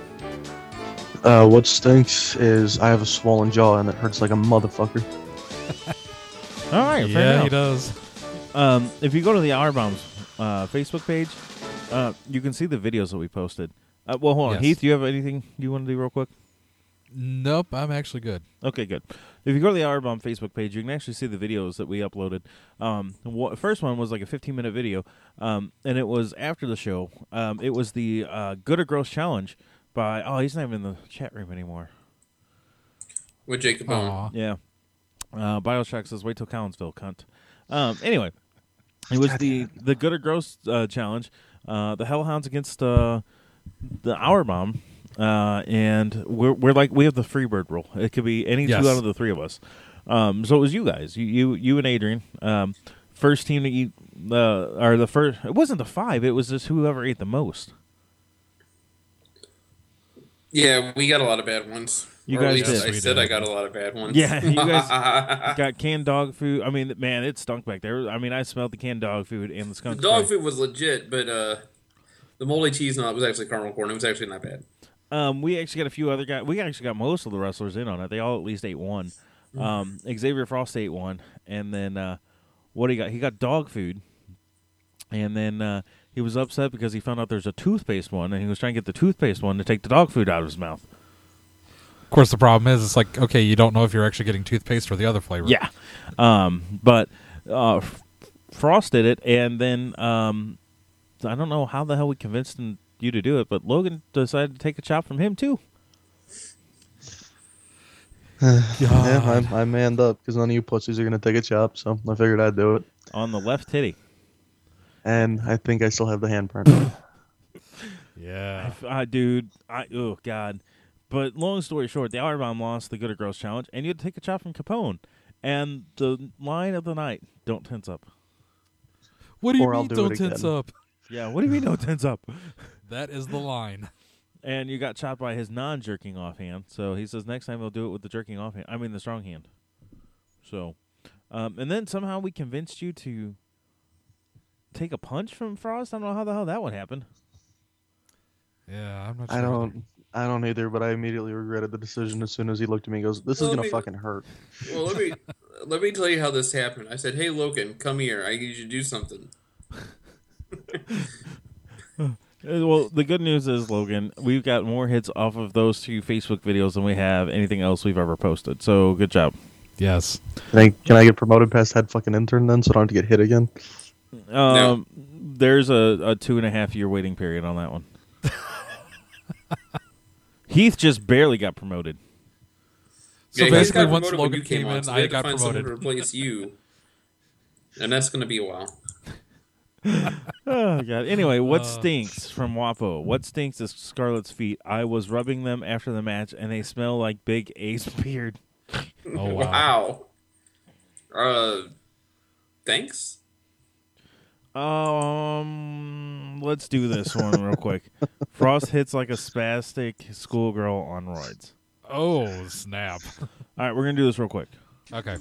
Speaker 7: Uh, what stinks is I have a swollen jaw and it hurts like a motherfucker.
Speaker 3: All right. fair
Speaker 5: Yeah, he
Speaker 3: enough. Um, if you go to the Hour Bombs uh, Facebook page, uh, you can see the videos that we posted. Uh, well, hold on,
Speaker 5: Yes.
Speaker 3: Heath. Do you have anything you want to do real quick?
Speaker 5: Nope, I'm actually good.
Speaker 3: Okay, good. If you go to the Hour Bomb Facebook page, you can actually see the videos that we uploaded. Um, wha- first one was like a 15 minute video, um, and it was after the show. Um, it was the uh, Good or Gross Challenge by. Oh, he's not even in the chat room anymore.
Speaker 4: with Jacob Bone.
Speaker 3: Yeah. Uh, Bioshock says, "Wait till Collinsville, cunt." Um, anyway, it was the the good or gross uh, challenge, uh, the Hellhounds against uh, the Hour Bomb, uh, and we're we're like we have the Freebird rule. It could be any
Speaker 5: Yes.
Speaker 3: two out of the three of us. Um, so it was you guys, you you, you and Adrian, um, first team to eat the or the first. It wasn't the five. It was just whoever ate the most.
Speaker 4: Yeah, we got a lot of bad ones.
Speaker 3: You
Speaker 4: Or at
Speaker 3: guys
Speaker 4: least
Speaker 3: did.
Speaker 4: I said I got a lot of bad ones.
Speaker 3: Yeah, [LAUGHS] you guys got canned dog food. I mean, man, it stunk back there. I mean, I smelled the canned dog food and the
Speaker 4: the
Speaker 3: skunk.
Speaker 4: dog
Speaker 3: spray.
Speaker 4: food was legit, but uh, the moldy cheese knot was actually caramel corn. It was actually not bad.
Speaker 3: Um, we actually got a few other guys. We actually got most of the wrestlers in on it. They all at least ate one. Um, Xavier Frost ate one, and then uh, what he got? He got dog food, and then uh, he was upset because he found out there's a toothpaste one, and he was trying to get the toothpaste one to take the dog food out of his mouth.
Speaker 5: Of course, the problem is it's like okay, you don't know if you're actually getting toothpaste or the other flavor.
Speaker 3: Yeah. Um, but uh, F- Frost did it, and then um, I don't know how the hell we convinced him, you to do it, but Logan decided to take a chop from him too.
Speaker 7: yeah, I, I manned up because none of you pussies are gonna take a chop, so I figured I'd do it.
Speaker 3: On the left titty.
Speaker 7: And I think I still have the
Speaker 4: [LAUGHS]
Speaker 7: handprint.
Speaker 3: Yeah, dude, I oh god. But long story short, the hour bomb lost the good or gross challenge, and you had to take a chop from Capone. And the line of the night: Don't tense up.
Speaker 5: What do you Or I'll mean, do it "Don't tense again." up?
Speaker 3: Yeah, what do [LAUGHS] you mean don't tense up?
Speaker 5: That is the line.
Speaker 3: And you got chopped by his non-jerking off hand. So he says next time he'll do it with the jerking off hand. I mean the strong hand. So, um, and then somehow we convinced you to take a punch from Frost. I don't know how the hell that would happen.
Speaker 5: Yeah, I'm not.
Speaker 7: I don't. I don't either, but I immediately regretted the decision as soon as he looked at me and goes, This is
Speaker 4: Well,
Speaker 7: gonna
Speaker 4: I mean-
Speaker 7: fucking hurt.
Speaker 4: Well, let me let me tell you how this happened. I said, "Hey, Logan, come here. I need you to do something."
Speaker 3: Uh, Well, the good news is, Logan, we've got more hits off of those two Facebook videos than we have anything else we've ever posted. So good job.
Speaker 5: Yes.
Speaker 7: Can I, can I get promoted past head fucking intern then so I don't have to get hit again?
Speaker 3: Um, There's a, a two and a half year waiting period on that one. [LAUGHS] Heath just barely got promoted.
Speaker 5: So
Speaker 4: Yeah, he
Speaker 5: basically,
Speaker 4: got
Speaker 5: once
Speaker 4: promoted when
Speaker 5: Logan
Speaker 4: you came
Speaker 5: came
Speaker 4: on,
Speaker 5: in,
Speaker 4: so we
Speaker 5: I
Speaker 4: had to
Speaker 5: got
Speaker 4: find someone
Speaker 5: promoted.
Speaker 4: to replace you, and that's going to be a while.
Speaker 3: oh god. [LAUGHS] Anyway, what
Speaker 4: Uh.
Speaker 3: stinks from Wapo? What stinks is Scarlet's feet. I was rubbing them after the match, and they smell like Big Ace [LAUGHS] beard.
Speaker 4: [LAUGHS]
Speaker 5: Oh,
Speaker 4: wow. Uh, thanks.
Speaker 3: Um, let's do this one real quick. Frost hits like a spastic schoolgirl on roids.
Speaker 5: Oh snap!
Speaker 3: All right, we're gonna do this real quick.
Speaker 5: Okay.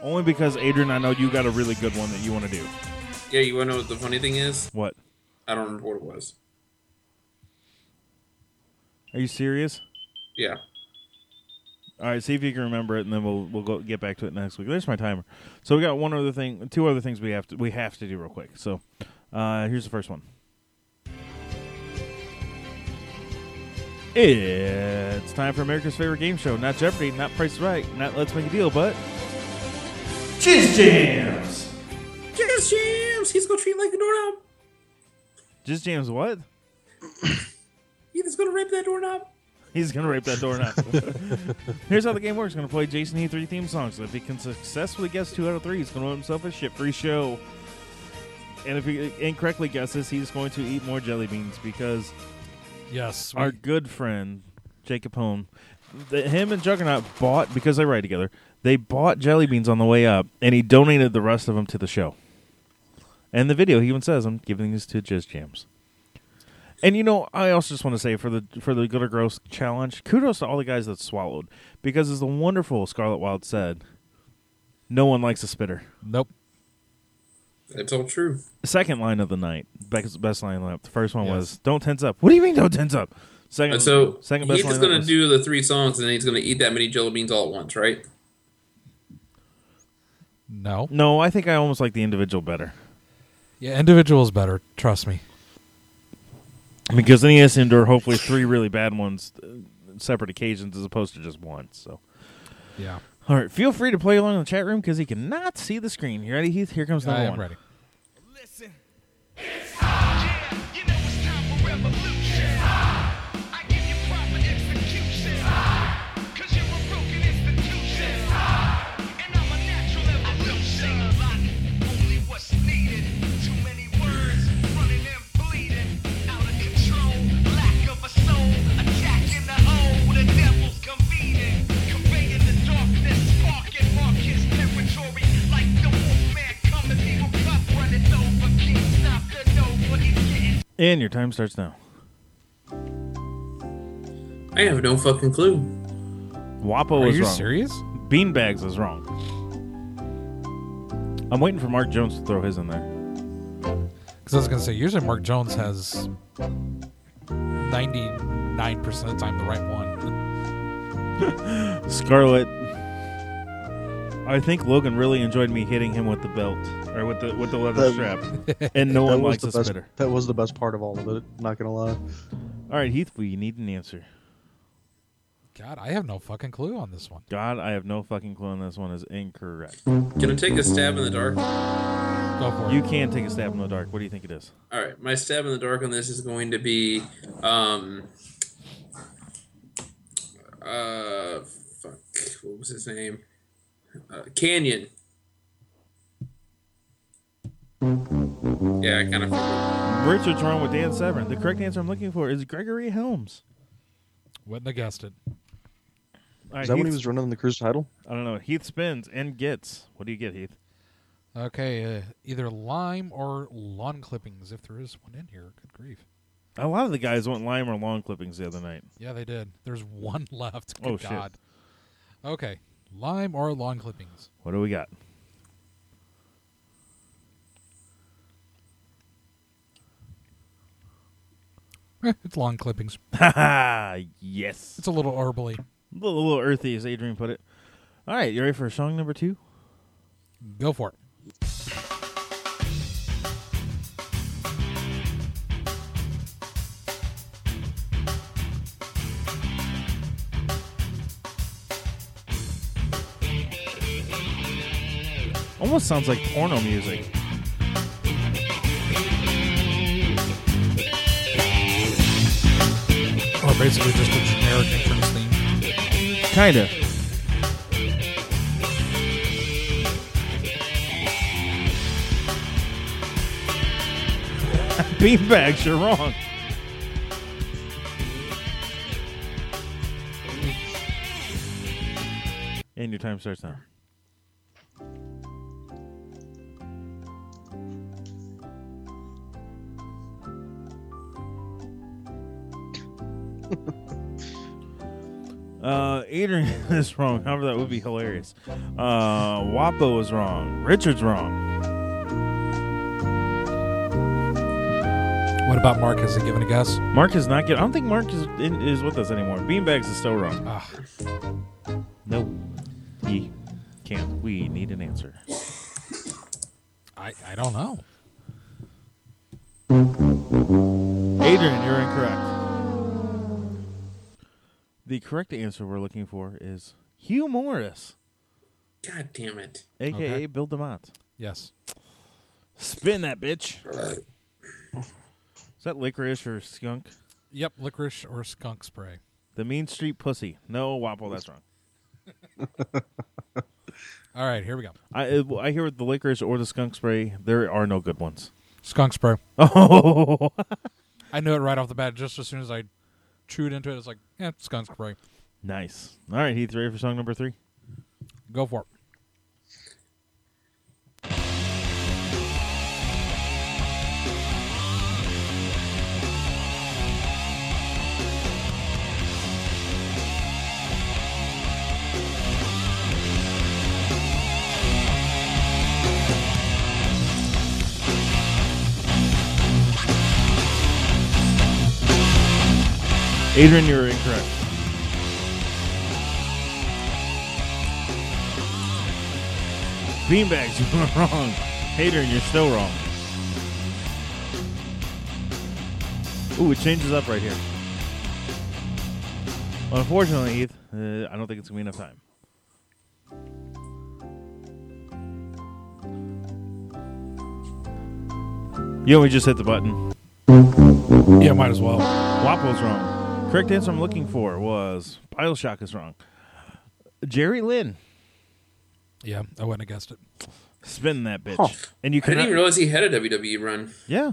Speaker 3: Only because Adrian, I know you got a really good one that you want to do.
Speaker 4: Yeah, you want to know what the funny thing is?
Speaker 3: What?
Speaker 4: I don't remember what it was.
Speaker 3: Are you serious?
Speaker 4: Yeah.
Speaker 3: All right, see if you can remember it, and then we'll we'll go get back to it next week. There's my timer. So we got one other thing, two other things we have to we have to do real quick. So, uh, here's the first one. It's time for America's favorite game show. Not Jeopardy, not Price is Right, not Let's Make a Deal, but Cheese Jams.
Speaker 4: Jazz Jams! He's going to treat like a doorknob.
Speaker 3: Just Jams, what?
Speaker 4: He's going to rape that doorknob.
Speaker 3: [LAUGHS] He's gonna rape that doorknob. Here's how the game works. Gonna play Jason Heath three theme songs. If he can successfully guess two out of three, he's gonna win himself a shit free show. And if he incorrectly guesses, he's going to eat more jelly beans because
Speaker 5: Yes,
Speaker 3: our
Speaker 5: we-
Speaker 3: good friend Jake Capone, the, him and Juggernaut bought because they ride together. They bought jelly beans on the way up, and he donated the rest of them to the show. And the video, he even says, "I'm giving this to Jizz Jams." And you know, I also just want to say for the for the good or gross challenge, kudos to all the guys that swallowed because as the wonderful Scarlet Wild said, no one likes a spitter.
Speaker 5: Nope.
Speaker 4: It's all true.
Speaker 3: Second line of the night, best, best line up. The first one
Speaker 4: Yes.
Speaker 3: was "Don't tense up." What do you mean, "Don't tense up"? Second,
Speaker 4: so
Speaker 3: second best
Speaker 4: Heath
Speaker 3: line
Speaker 4: is
Speaker 3: up
Speaker 4: going to
Speaker 3: was-
Speaker 4: do the three songs, and then he's going to eat that many jello beans all at once, right?
Speaker 5: No.
Speaker 3: No, I think I almost like the individual better
Speaker 5: Yeah, individual's better. Trust me.
Speaker 3: because then he has to endure hopefully three really bad ones, uh, separate occasions as opposed to just one. So,
Speaker 5: Yeah.
Speaker 3: all right, feel free to play along in the chat room because he cannot see the screen. You ready, Heath? Here comes number
Speaker 5: I am
Speaker 3: one.
Speaker 5: ready.
Speaker 3: And your time starts now.
Speaker 4: I have no fucking clue.
Speaker 3: Wapo
Speaker 4: Are
Speaker 3: was
Speaker 4: you
Speaker 3: wrong.
Speaker 4: serious?
Speaker 3: Beanbags is wrong. I'm waiting for Mark Jones to throw his in there.
Speaker 5: Because I was going to say, usually Mark Jones has 99% of the time the right one.
Speaker 3: Scarlet. I think Logan really enjoyed me hitting him with the belt or with the with the leather strap, and no
Speaker 7: that
Speaker 3: one
Speaker 7: was
Speaker 3: likes
Speaker 7: the
Speaker 3: a
Speaker 7: best-
Speaker 3: spitter.
Speaker 7: That was the best part of all of it. Not gonna lie.
Speaker 3: All right, Heath, we need an answer.
Speaker 5: God, I have no fucking clue on this one.
Speaker 3: God, I have no fucking clue on this one is incorrect.
Speaker 4: Can I take a stab in the dark?
Speaker 5: Go for
Speaker 3: You can take a stab in the dark. What do you think it is?
Speaker 4: All right, my stab in the dark on this is going to be, um, uh, fuck, what was his name? Uh, Canyon. Yeah, I kind of.
Speaker 3: Richard's wrong with Dan Severn. The correct answer I'm looking for is Gregory Helms.
Speaker 5: Wouldn't have guessed it.
Speaker 3: All right,
Speaker 7: Is that when he
Speaker 3: Heath-
Speaker 7: was running the cruise title?
Speaker 3: I don't know. Heath spins and gets. What do you get, Heath?
Speaker 5: Okay, uh, either lime or lawn clippings, if there is one in here. Good grief.
Speaker 3: A lot of the guys went lime or lawn clippings the other night.
Speaker 5: Yeah, they did. There's one [LAUGHS] left. Good
Speaker 3: Oh, shit.
Speaker 5: God. Okay, lime or lawn clippings. [LAUGHS]
Speaker 3: What do we got? [LAUGHS]
Speaker 5: Eh, it's lawn clippings.
Speaker 3: Ah, yes.
Speaker 5: It's a little herbally.
Speaker 3: A little, a little earthy, as Adrian put it. All right, you ready for song number two?
Speaker 5: Go for it.
Speaker 3: Almost sounds like porno music.
Speaker 5: Or basically just a generic entrance theme.
Speaker 3: Kinda. [LAUGHS] Beanbags, you're wrong. And your time starts now. Uh, Adrian [LAUGHS] is wrong. However, that would be hilarious. Uh, Wapo is wrong. Richard's wrong.
Speaker 5: What about Mark? Has he given a guess?
Speaker 3: Mark is not good. I don't think Mark is in, is with us anymore. Beanbags is still wrong. No, he can't. We need an answer.
Speaker 5: I, I don't know.
Speaker 3: Adrian, you're incorrect. The correct answer we're looking for is Hugh Morris,
Speaker 4: God damn it!
Speaker 3: aka Bill DeMott.
Speaker 5: Yes.
Speaker 3: Spin that bitch. Is that licorice or skunk?
Speaker 5: Yep, licorice or skunk spray.
Speaker 3: The Mean Street Pussy. No, Wapo, that's wrong.
Speaker 5: All right, here we go.
Speaker 3: I I hear with the licorice or the skunk spray, there are no good ones. [LAUGHS]
Speaker 5: Skunk spray.
Speaker 3: Oh,
Speaker 5: I knew it right off the bat. Just as soon as I chewed into it, it's like, yeah, skunk spray.
Speaker 3: nice. All right, Heath, ready for song number three?
Speaker 5: Go for it.
Speaker 3: Adrian, you're incorrect. Beanbags, [LAUGHS] you were wrong. Adrian, you're still wrong. Ooh, it changes up right here. Well, unfortunately, Heath, uh, I don't think it's gonna be enough time. You only just hit the button.
Speaker 5: Yeah, might as well.
Speaker 3: Wapo's wrong. Correct answer I'm looking for was Bioshock is wrong. Jerry Lynn.
Speaker 5: Yeah, I wouldn't have guessed it.
Speaker 3: Spin that bitch.
Speaker 4: Huh.
Speaker 3: And you
Speaker 4: I didn't
Speaker 3: cannot,
Speaker 4: even realize he had a WWE run.
Speaker 3: Yeah.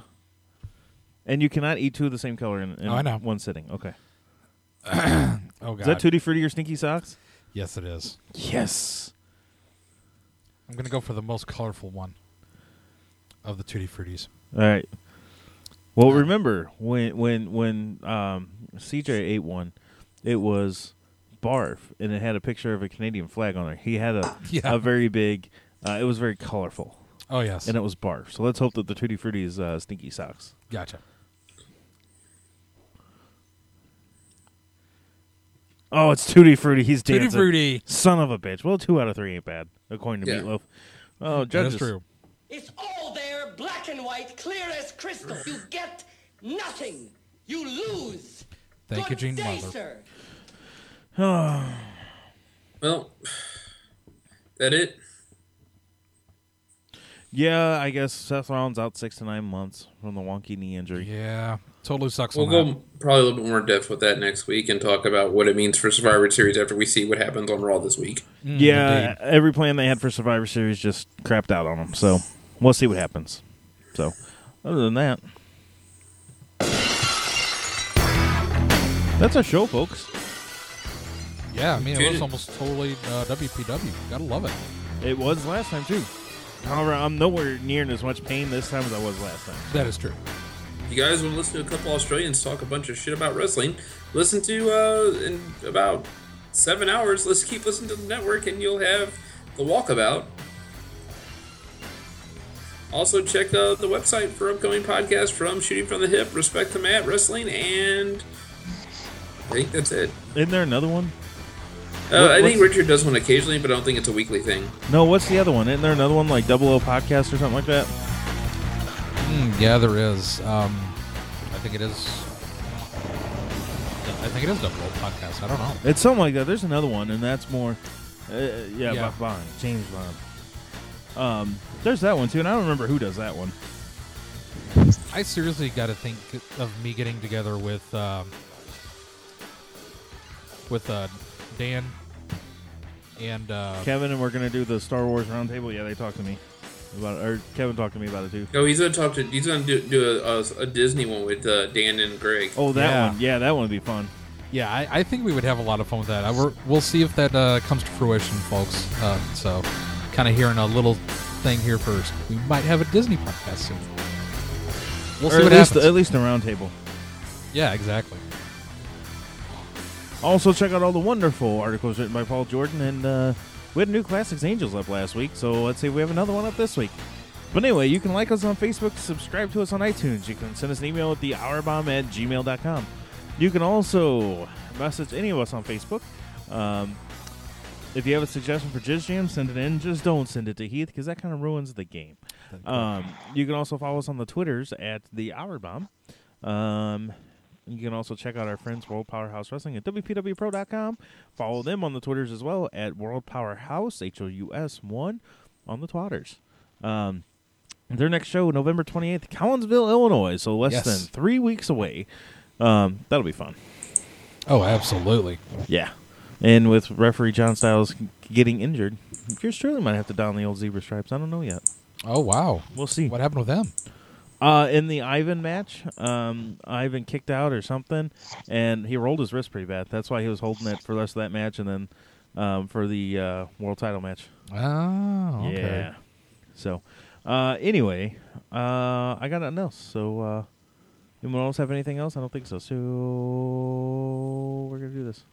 Speaker 3: And you cannot eat two of the same color in, in
Speaker 5: Oh, I know.
Speaker 3: one sitting. Okay.
Speaker 5: Oh god.
Speaker 3: Is that tutti frutti or stinky socks?
Speaker 5: Yes, it is.
Speaker 3: Yes.
Speaker 5: I'm gonna go for the most colorful one of the tutti fruttis.
Speaker 3: All right. Well, remember when when when um, CJ ate one, it was barf, and it had a picture of a Canadian flag on there. He had a
Speaker 5: Yeah. [LAUGHS]
Speaker 3: a very big. Uh, it was very colorful.
Speaker 5: Oh, yes.
Speaker 3: and uh, it was barf. So let's hope that the tutti frutti is uh, stinky socks.
Speaker 5: Gotcha.
Speaker 3: Oh, it's tutti frutti. He's
Speaker 5: Tutti
Speaker 3: dancing.
Speaker 5: Frutti.
Speaker 3: son of a bitch. Well, two out of three ain't bad, according to
Speaker 5: Yeah.
Speaker 3: Meatloaf. Oh,
Speaker 5: That is
Speaker 3: judges.
Speaker 5: true.
Speaker 12: It's all there, black and white, clear as crystal. You get nothing. You lose.
Speaker 5: Thank you, Gene
Speaker 12: Day,
Speaker 5: Wilder.
Speaker 12: sir.
Speaker 4: Well, that it.
Speaker 3: yeah, I guess Seth Rollins out six to nine months from the wonky knee injury.
Speaker 5: Yeah, totally sucks.
Speaker 4: We'll
Speaker 5: on
Speaker 4: go
Speaker 5: that.
Speaker 4: probably a little bit more depth with that next week and talk about what it means for Survivor Series after we see what happens on Raw this week.
Speaker 5: Mm-hmm. Mm,
Speaker 3: yeah, every plan they had for Survivor Series just crapped out on them. So we'll see what happens. So other than that, that's our show, folks.
Speaker 5: Yeah, I mean, it
Speaker 3: Dude.
Speaker 5: was almost totally uh, WPW. Gotta love it.
Speaker 3: It was last time too. However, I'm nowhere near in as much pain this time as I was last time.
Speaker 5: That is true.
Speaker 4: If you guys want to listen to a couple Australians talk a bunch of shit about wrestling, listen to uh, in about seven hours. Let's keep listening to the network, and you'll have the walkabout. Also, check uh, the website for upcoming podcasts from Shooting from the Hip, Respect to Matt Wrestling, and I think that's it.
Speaker 3: Isn't there another one?
Speaker 4: Uh,
Speaker 3: What-
Speaker 4: I think
Speaker 3: what's-
Speaker 4: Richard does one occasionally, but I don't think it's a weekly thing.
Speaker 3: No, what's the other one? Isn't there another one like Double O Podcast or something like that?
Speaker 5: Mm, yeah, there is. Um, I think it is. I think it is Double O Podcast. I don't know.
Speaker 3: It's something like that. There's another one, and that's more. Uh, yeah,
Speaker 5: Yeah.
Speaker 3: Bob Bond, James Bond. Um, there's that one too, and I don't remember who does that one.
Speaker 5: I seriously got to think of me getting together with um, with uh, Dan and uh,
Speaker 3: Kevin and we're gonna do the Star Wars roundtable. Yeah, they talked to me about it, or Kevin talked to me about it too.
Speaker 4: No, he's gonna talk to. He's gonna do, do a, a, a Disney one with uh, Dan and Greg.
Speaker 3: Oh, that one. Yeah, that one would be fun.
Speaker 5: Yeah, I, I think we would have a lot of fun with that. I, we're, we'll see if that uh, comes to fruition, folks. Uh, so, kind of hearing a little thing here first. We might have a Disney podcast soon.
Speaker 3: Or
Speaker 5: We'll see
Speaker 3: at
Speaker 5: what
Speaker 3: least,
Speaker 5: happens.
Speaker 3: At least a roundtable.
Speaker 5: Yeah, exactly.
Speaker 3: Also, check out all the wonderful articles written by Paul Jordan. And uh, we had New Classics Angels up last week, so let's see if we have another one up this week. But anyway, you can like us on Facebook, subscribe to us on iTunes. You can send us an email at thehourbomb at gmail.com. You can also message any of us on Facebook. Um, if you have a suggestion for Jizz Jam, send it in. Just don't send it to Heath because that kind of ruins the game. Um, you can also follow us on the Twitters at the Hour Bomb. Um, you can also check out our friends World Powerhouse Wrestling at WPWPro.com. Follow them on the Twitters as well at World Powerhouse H O U S one on the Twitters. Um, their next show November twenty eighth, Collinsville, Illinois. So less
Speaker 5: Yes.
Speaker 3: than three weeks away. Um, that'll be fun.
Speaker 5: Oh, absolutely.
Speaker 3: Yeah. And with referee John Styles g- getting injured, Chris Shirley might have to don the old zebra stripes. I don't know yet.
Speaker 5: Oh wow.
Speaker 3: We'll see.
Speaker 5: What happened with them?
Speaker 3: Uh, in the Ivan match, um, Ivan kicked out or something, and he rolled his wrist pretty bad. That's why he was holding it for the rest of that match, and then um, for the uh, world title match.
Speaker 5: Oh, okay.
Speaker 3: Yeah. So, uh, anyway, uh, I got nothing else. So, uh, anyone else have anything else? I don't think so. So, we're going to do this.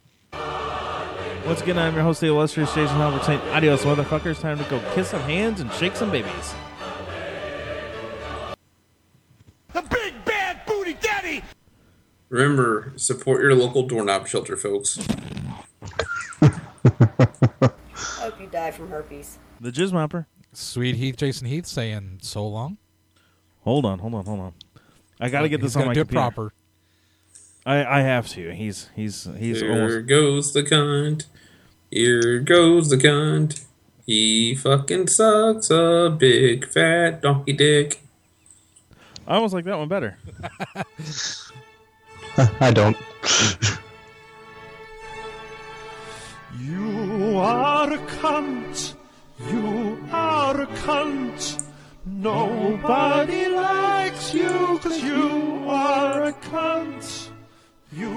Speaker 3: Once again, I'm your host, the illustrious Jason Halbert saying, Adios, motherfuckers. Time to go kiss some hands and shake some babies.
Speaker 2: The big bad booty daddy!
Speaker 4: Remember, support your local doorknob shelter, folks.
Speaker 6: Hope you die from herpes.
Speaker 3: The Jizz Mopper.
Speaker 5: Sweet Heath, Jason Heath saying so long.
Speaker 3: Hold on, hold on, hold on. I got to get
Speaker 5: He's
Speaker 3: this on
Speaker 5: gonna
Speaker 3: my
Speaker 5: do it
Speaker 3: computer.
Speaker 5: proper.
Speaker 3: I, I have to. He's he's he's
Speaker 4: Here
Speaker 3: almost.
Speaker 4: goes the cunt. Here goes the cunt. He fucking sucks a big fat donkey dick.
Speaker 3: I almost like that one better.
Speaker 13: I don't.
Speaker 7: You are a cunt. You are a cunt. Nobody likes you because you are a cunt. You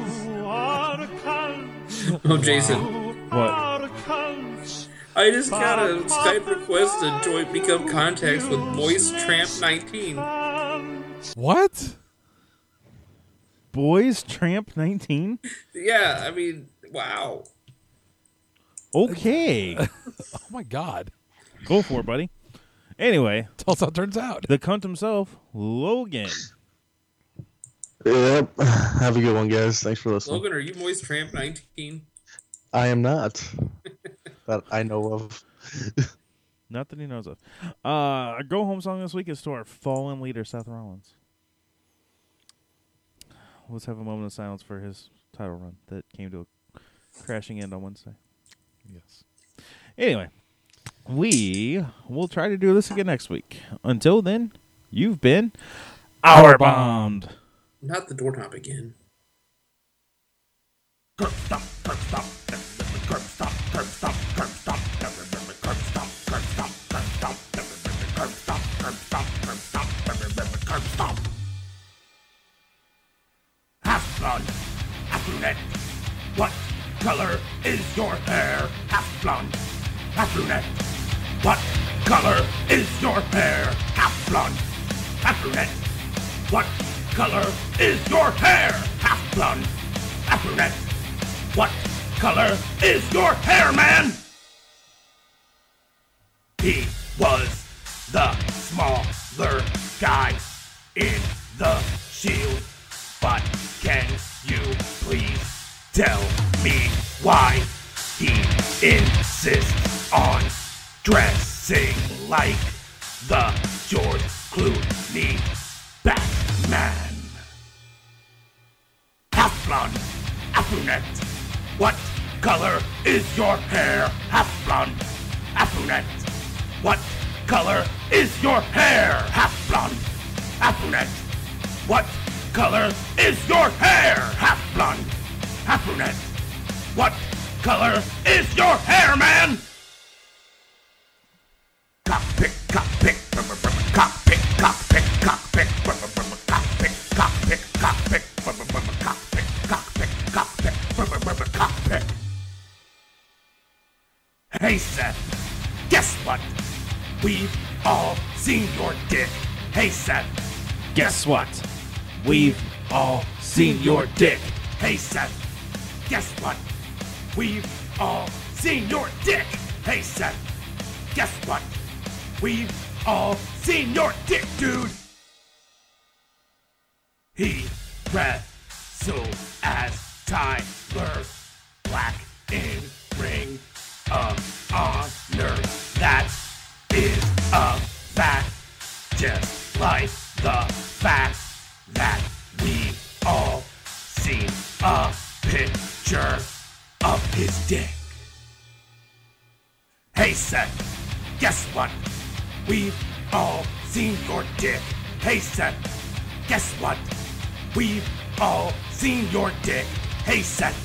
Speaker 7: are a cunt.
Speaker 4: Oh, Jason.
Speaker 3: What?
Speaker 7: Are a cunt.
Speaker 4: I just got a Skype request to join Become Contacts with Boys Tramp 19.
Speaker 3: What? Boys Tramp 19?
Speaker 4: Yeah, I mean, wow.
Speaker 3: Okay.
Speaker 5: Oh my God!
Speaker 3: [LAUGHS] Go for it, buddy. Anyway.
Speaker 5: Tell us how it turns out.
Speaker 3: The cunt himself, Logan.
Speaker 13: Yep. [SIGHS] Have a good one, guys. Thanks for listening.
Speaker 4: Logan, are you Boys Tramp 19?
Speaker 13: I am
Speaker 3: [LAUGHS]
Speaker 13: not. that I know of.
Speaker 3: Not that he knows of. Uh, our go home song this week is to our fallen leader, Seth Rollins. Let's have a moment of silence for his title run that came to a crashing end on Wednesday. Yes. Anyway, we will try to do this again next week. Until then, you've been Our Bombed.
Speaker 4: Not the doorknob again.
Speaker 7: Half blonde, half brunette. What color is your hair? Half blonde, half brunette. What color is your hair? Half blonde, half brunette. What color is your hair? Half blonde, half brunette. What color is your hair, man? He was the smaller guy in the shield. But can you please tell me why he insists on dressing like the George Clooney Batman? Half blonde, half brunette. What color is your hair? Half blonde, half brunette. What color is your hair? Half blonde, half brunette. What color is your hair? Half blonde, half brunette. What color is your hair, man? Cockpit, cockpit, brr, brr, brr, cockpit, cockpit, cockpit, brr, brr, brr, brr, cockpit, cockpit, cockpit, brr, brr, brr, brr, cockpit, cockpit, cockpit, brr, brr, brr, brr, cockpit. Hey Seth, guess what? We've all seen your dick. Hey Seth, guess what? We've all seen your dick. Hey Seth, guess what? We've all seen your dick. Hey Seth, guess what? We've all seen your dick, dude. He wrestled as Tyler Black in Ring of Honor. That is a fact, just like the fact that we all seen a picture of his dick. Hey Seth, guess what? We've all seen your dick. Hey Seth, guess what? We've all seen your dick. Hey Seth,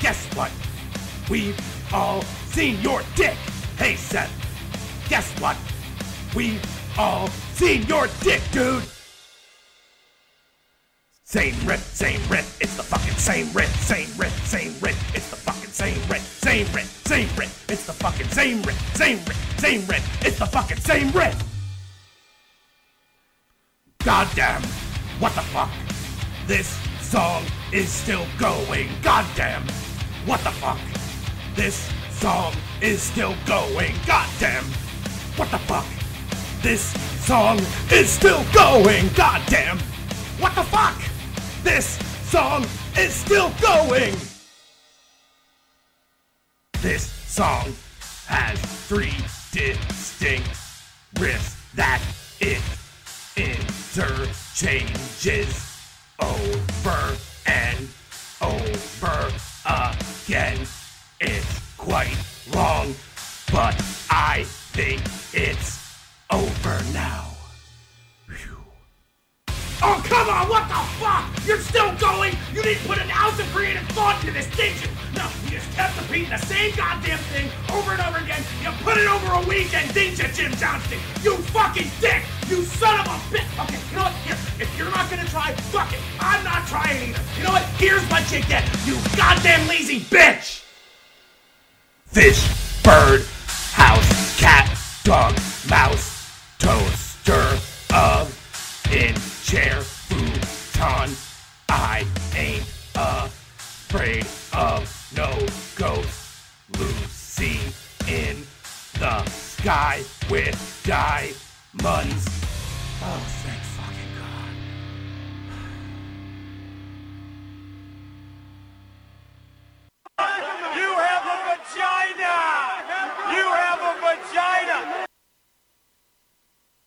Speaker 7: guess what? We've all seen your dick. Hey Seth, guess what? We've all seen your dick, dude. Same rip, same rip, it's the fucking same rip, same rip, same rip, it's the fucking same rip, same rip, same rip, it's the fucking same rip, same rip, same rip, it's the fucking same rip. Goddamn, what the fuck? This song is still going. Goddamn, what the fuck? This song is still going. Goddamn, what the fuck? This song is still going. Goddamn, what the fuck? This
Speaker 14: song is still going. This song has three distinct riffs that it interchanges over and over again. It's quite long, but I think it's over now.
Speaker 7: Oh, come on, what the fuck? You're still going? You didn't put an ounce of creative thought into this, did you? No, you just kept repeating the same goddamn thing over and over again. You put it over a weekend, didn't you, Jim Johnston? You fucking dick! You son of a bitch! Okay, you know what? Here, if you're not gonna try, fuck it. I'm not trying either. You know what? Here's what you get, you goddamn lazy bitch!
Speaker 14: Fish, bird, house, cat, dog, mouse, toaster, of, in chair, futon. I ain't afraid of no ghost. Lucy in the sky with diamonds. Oh, thanks.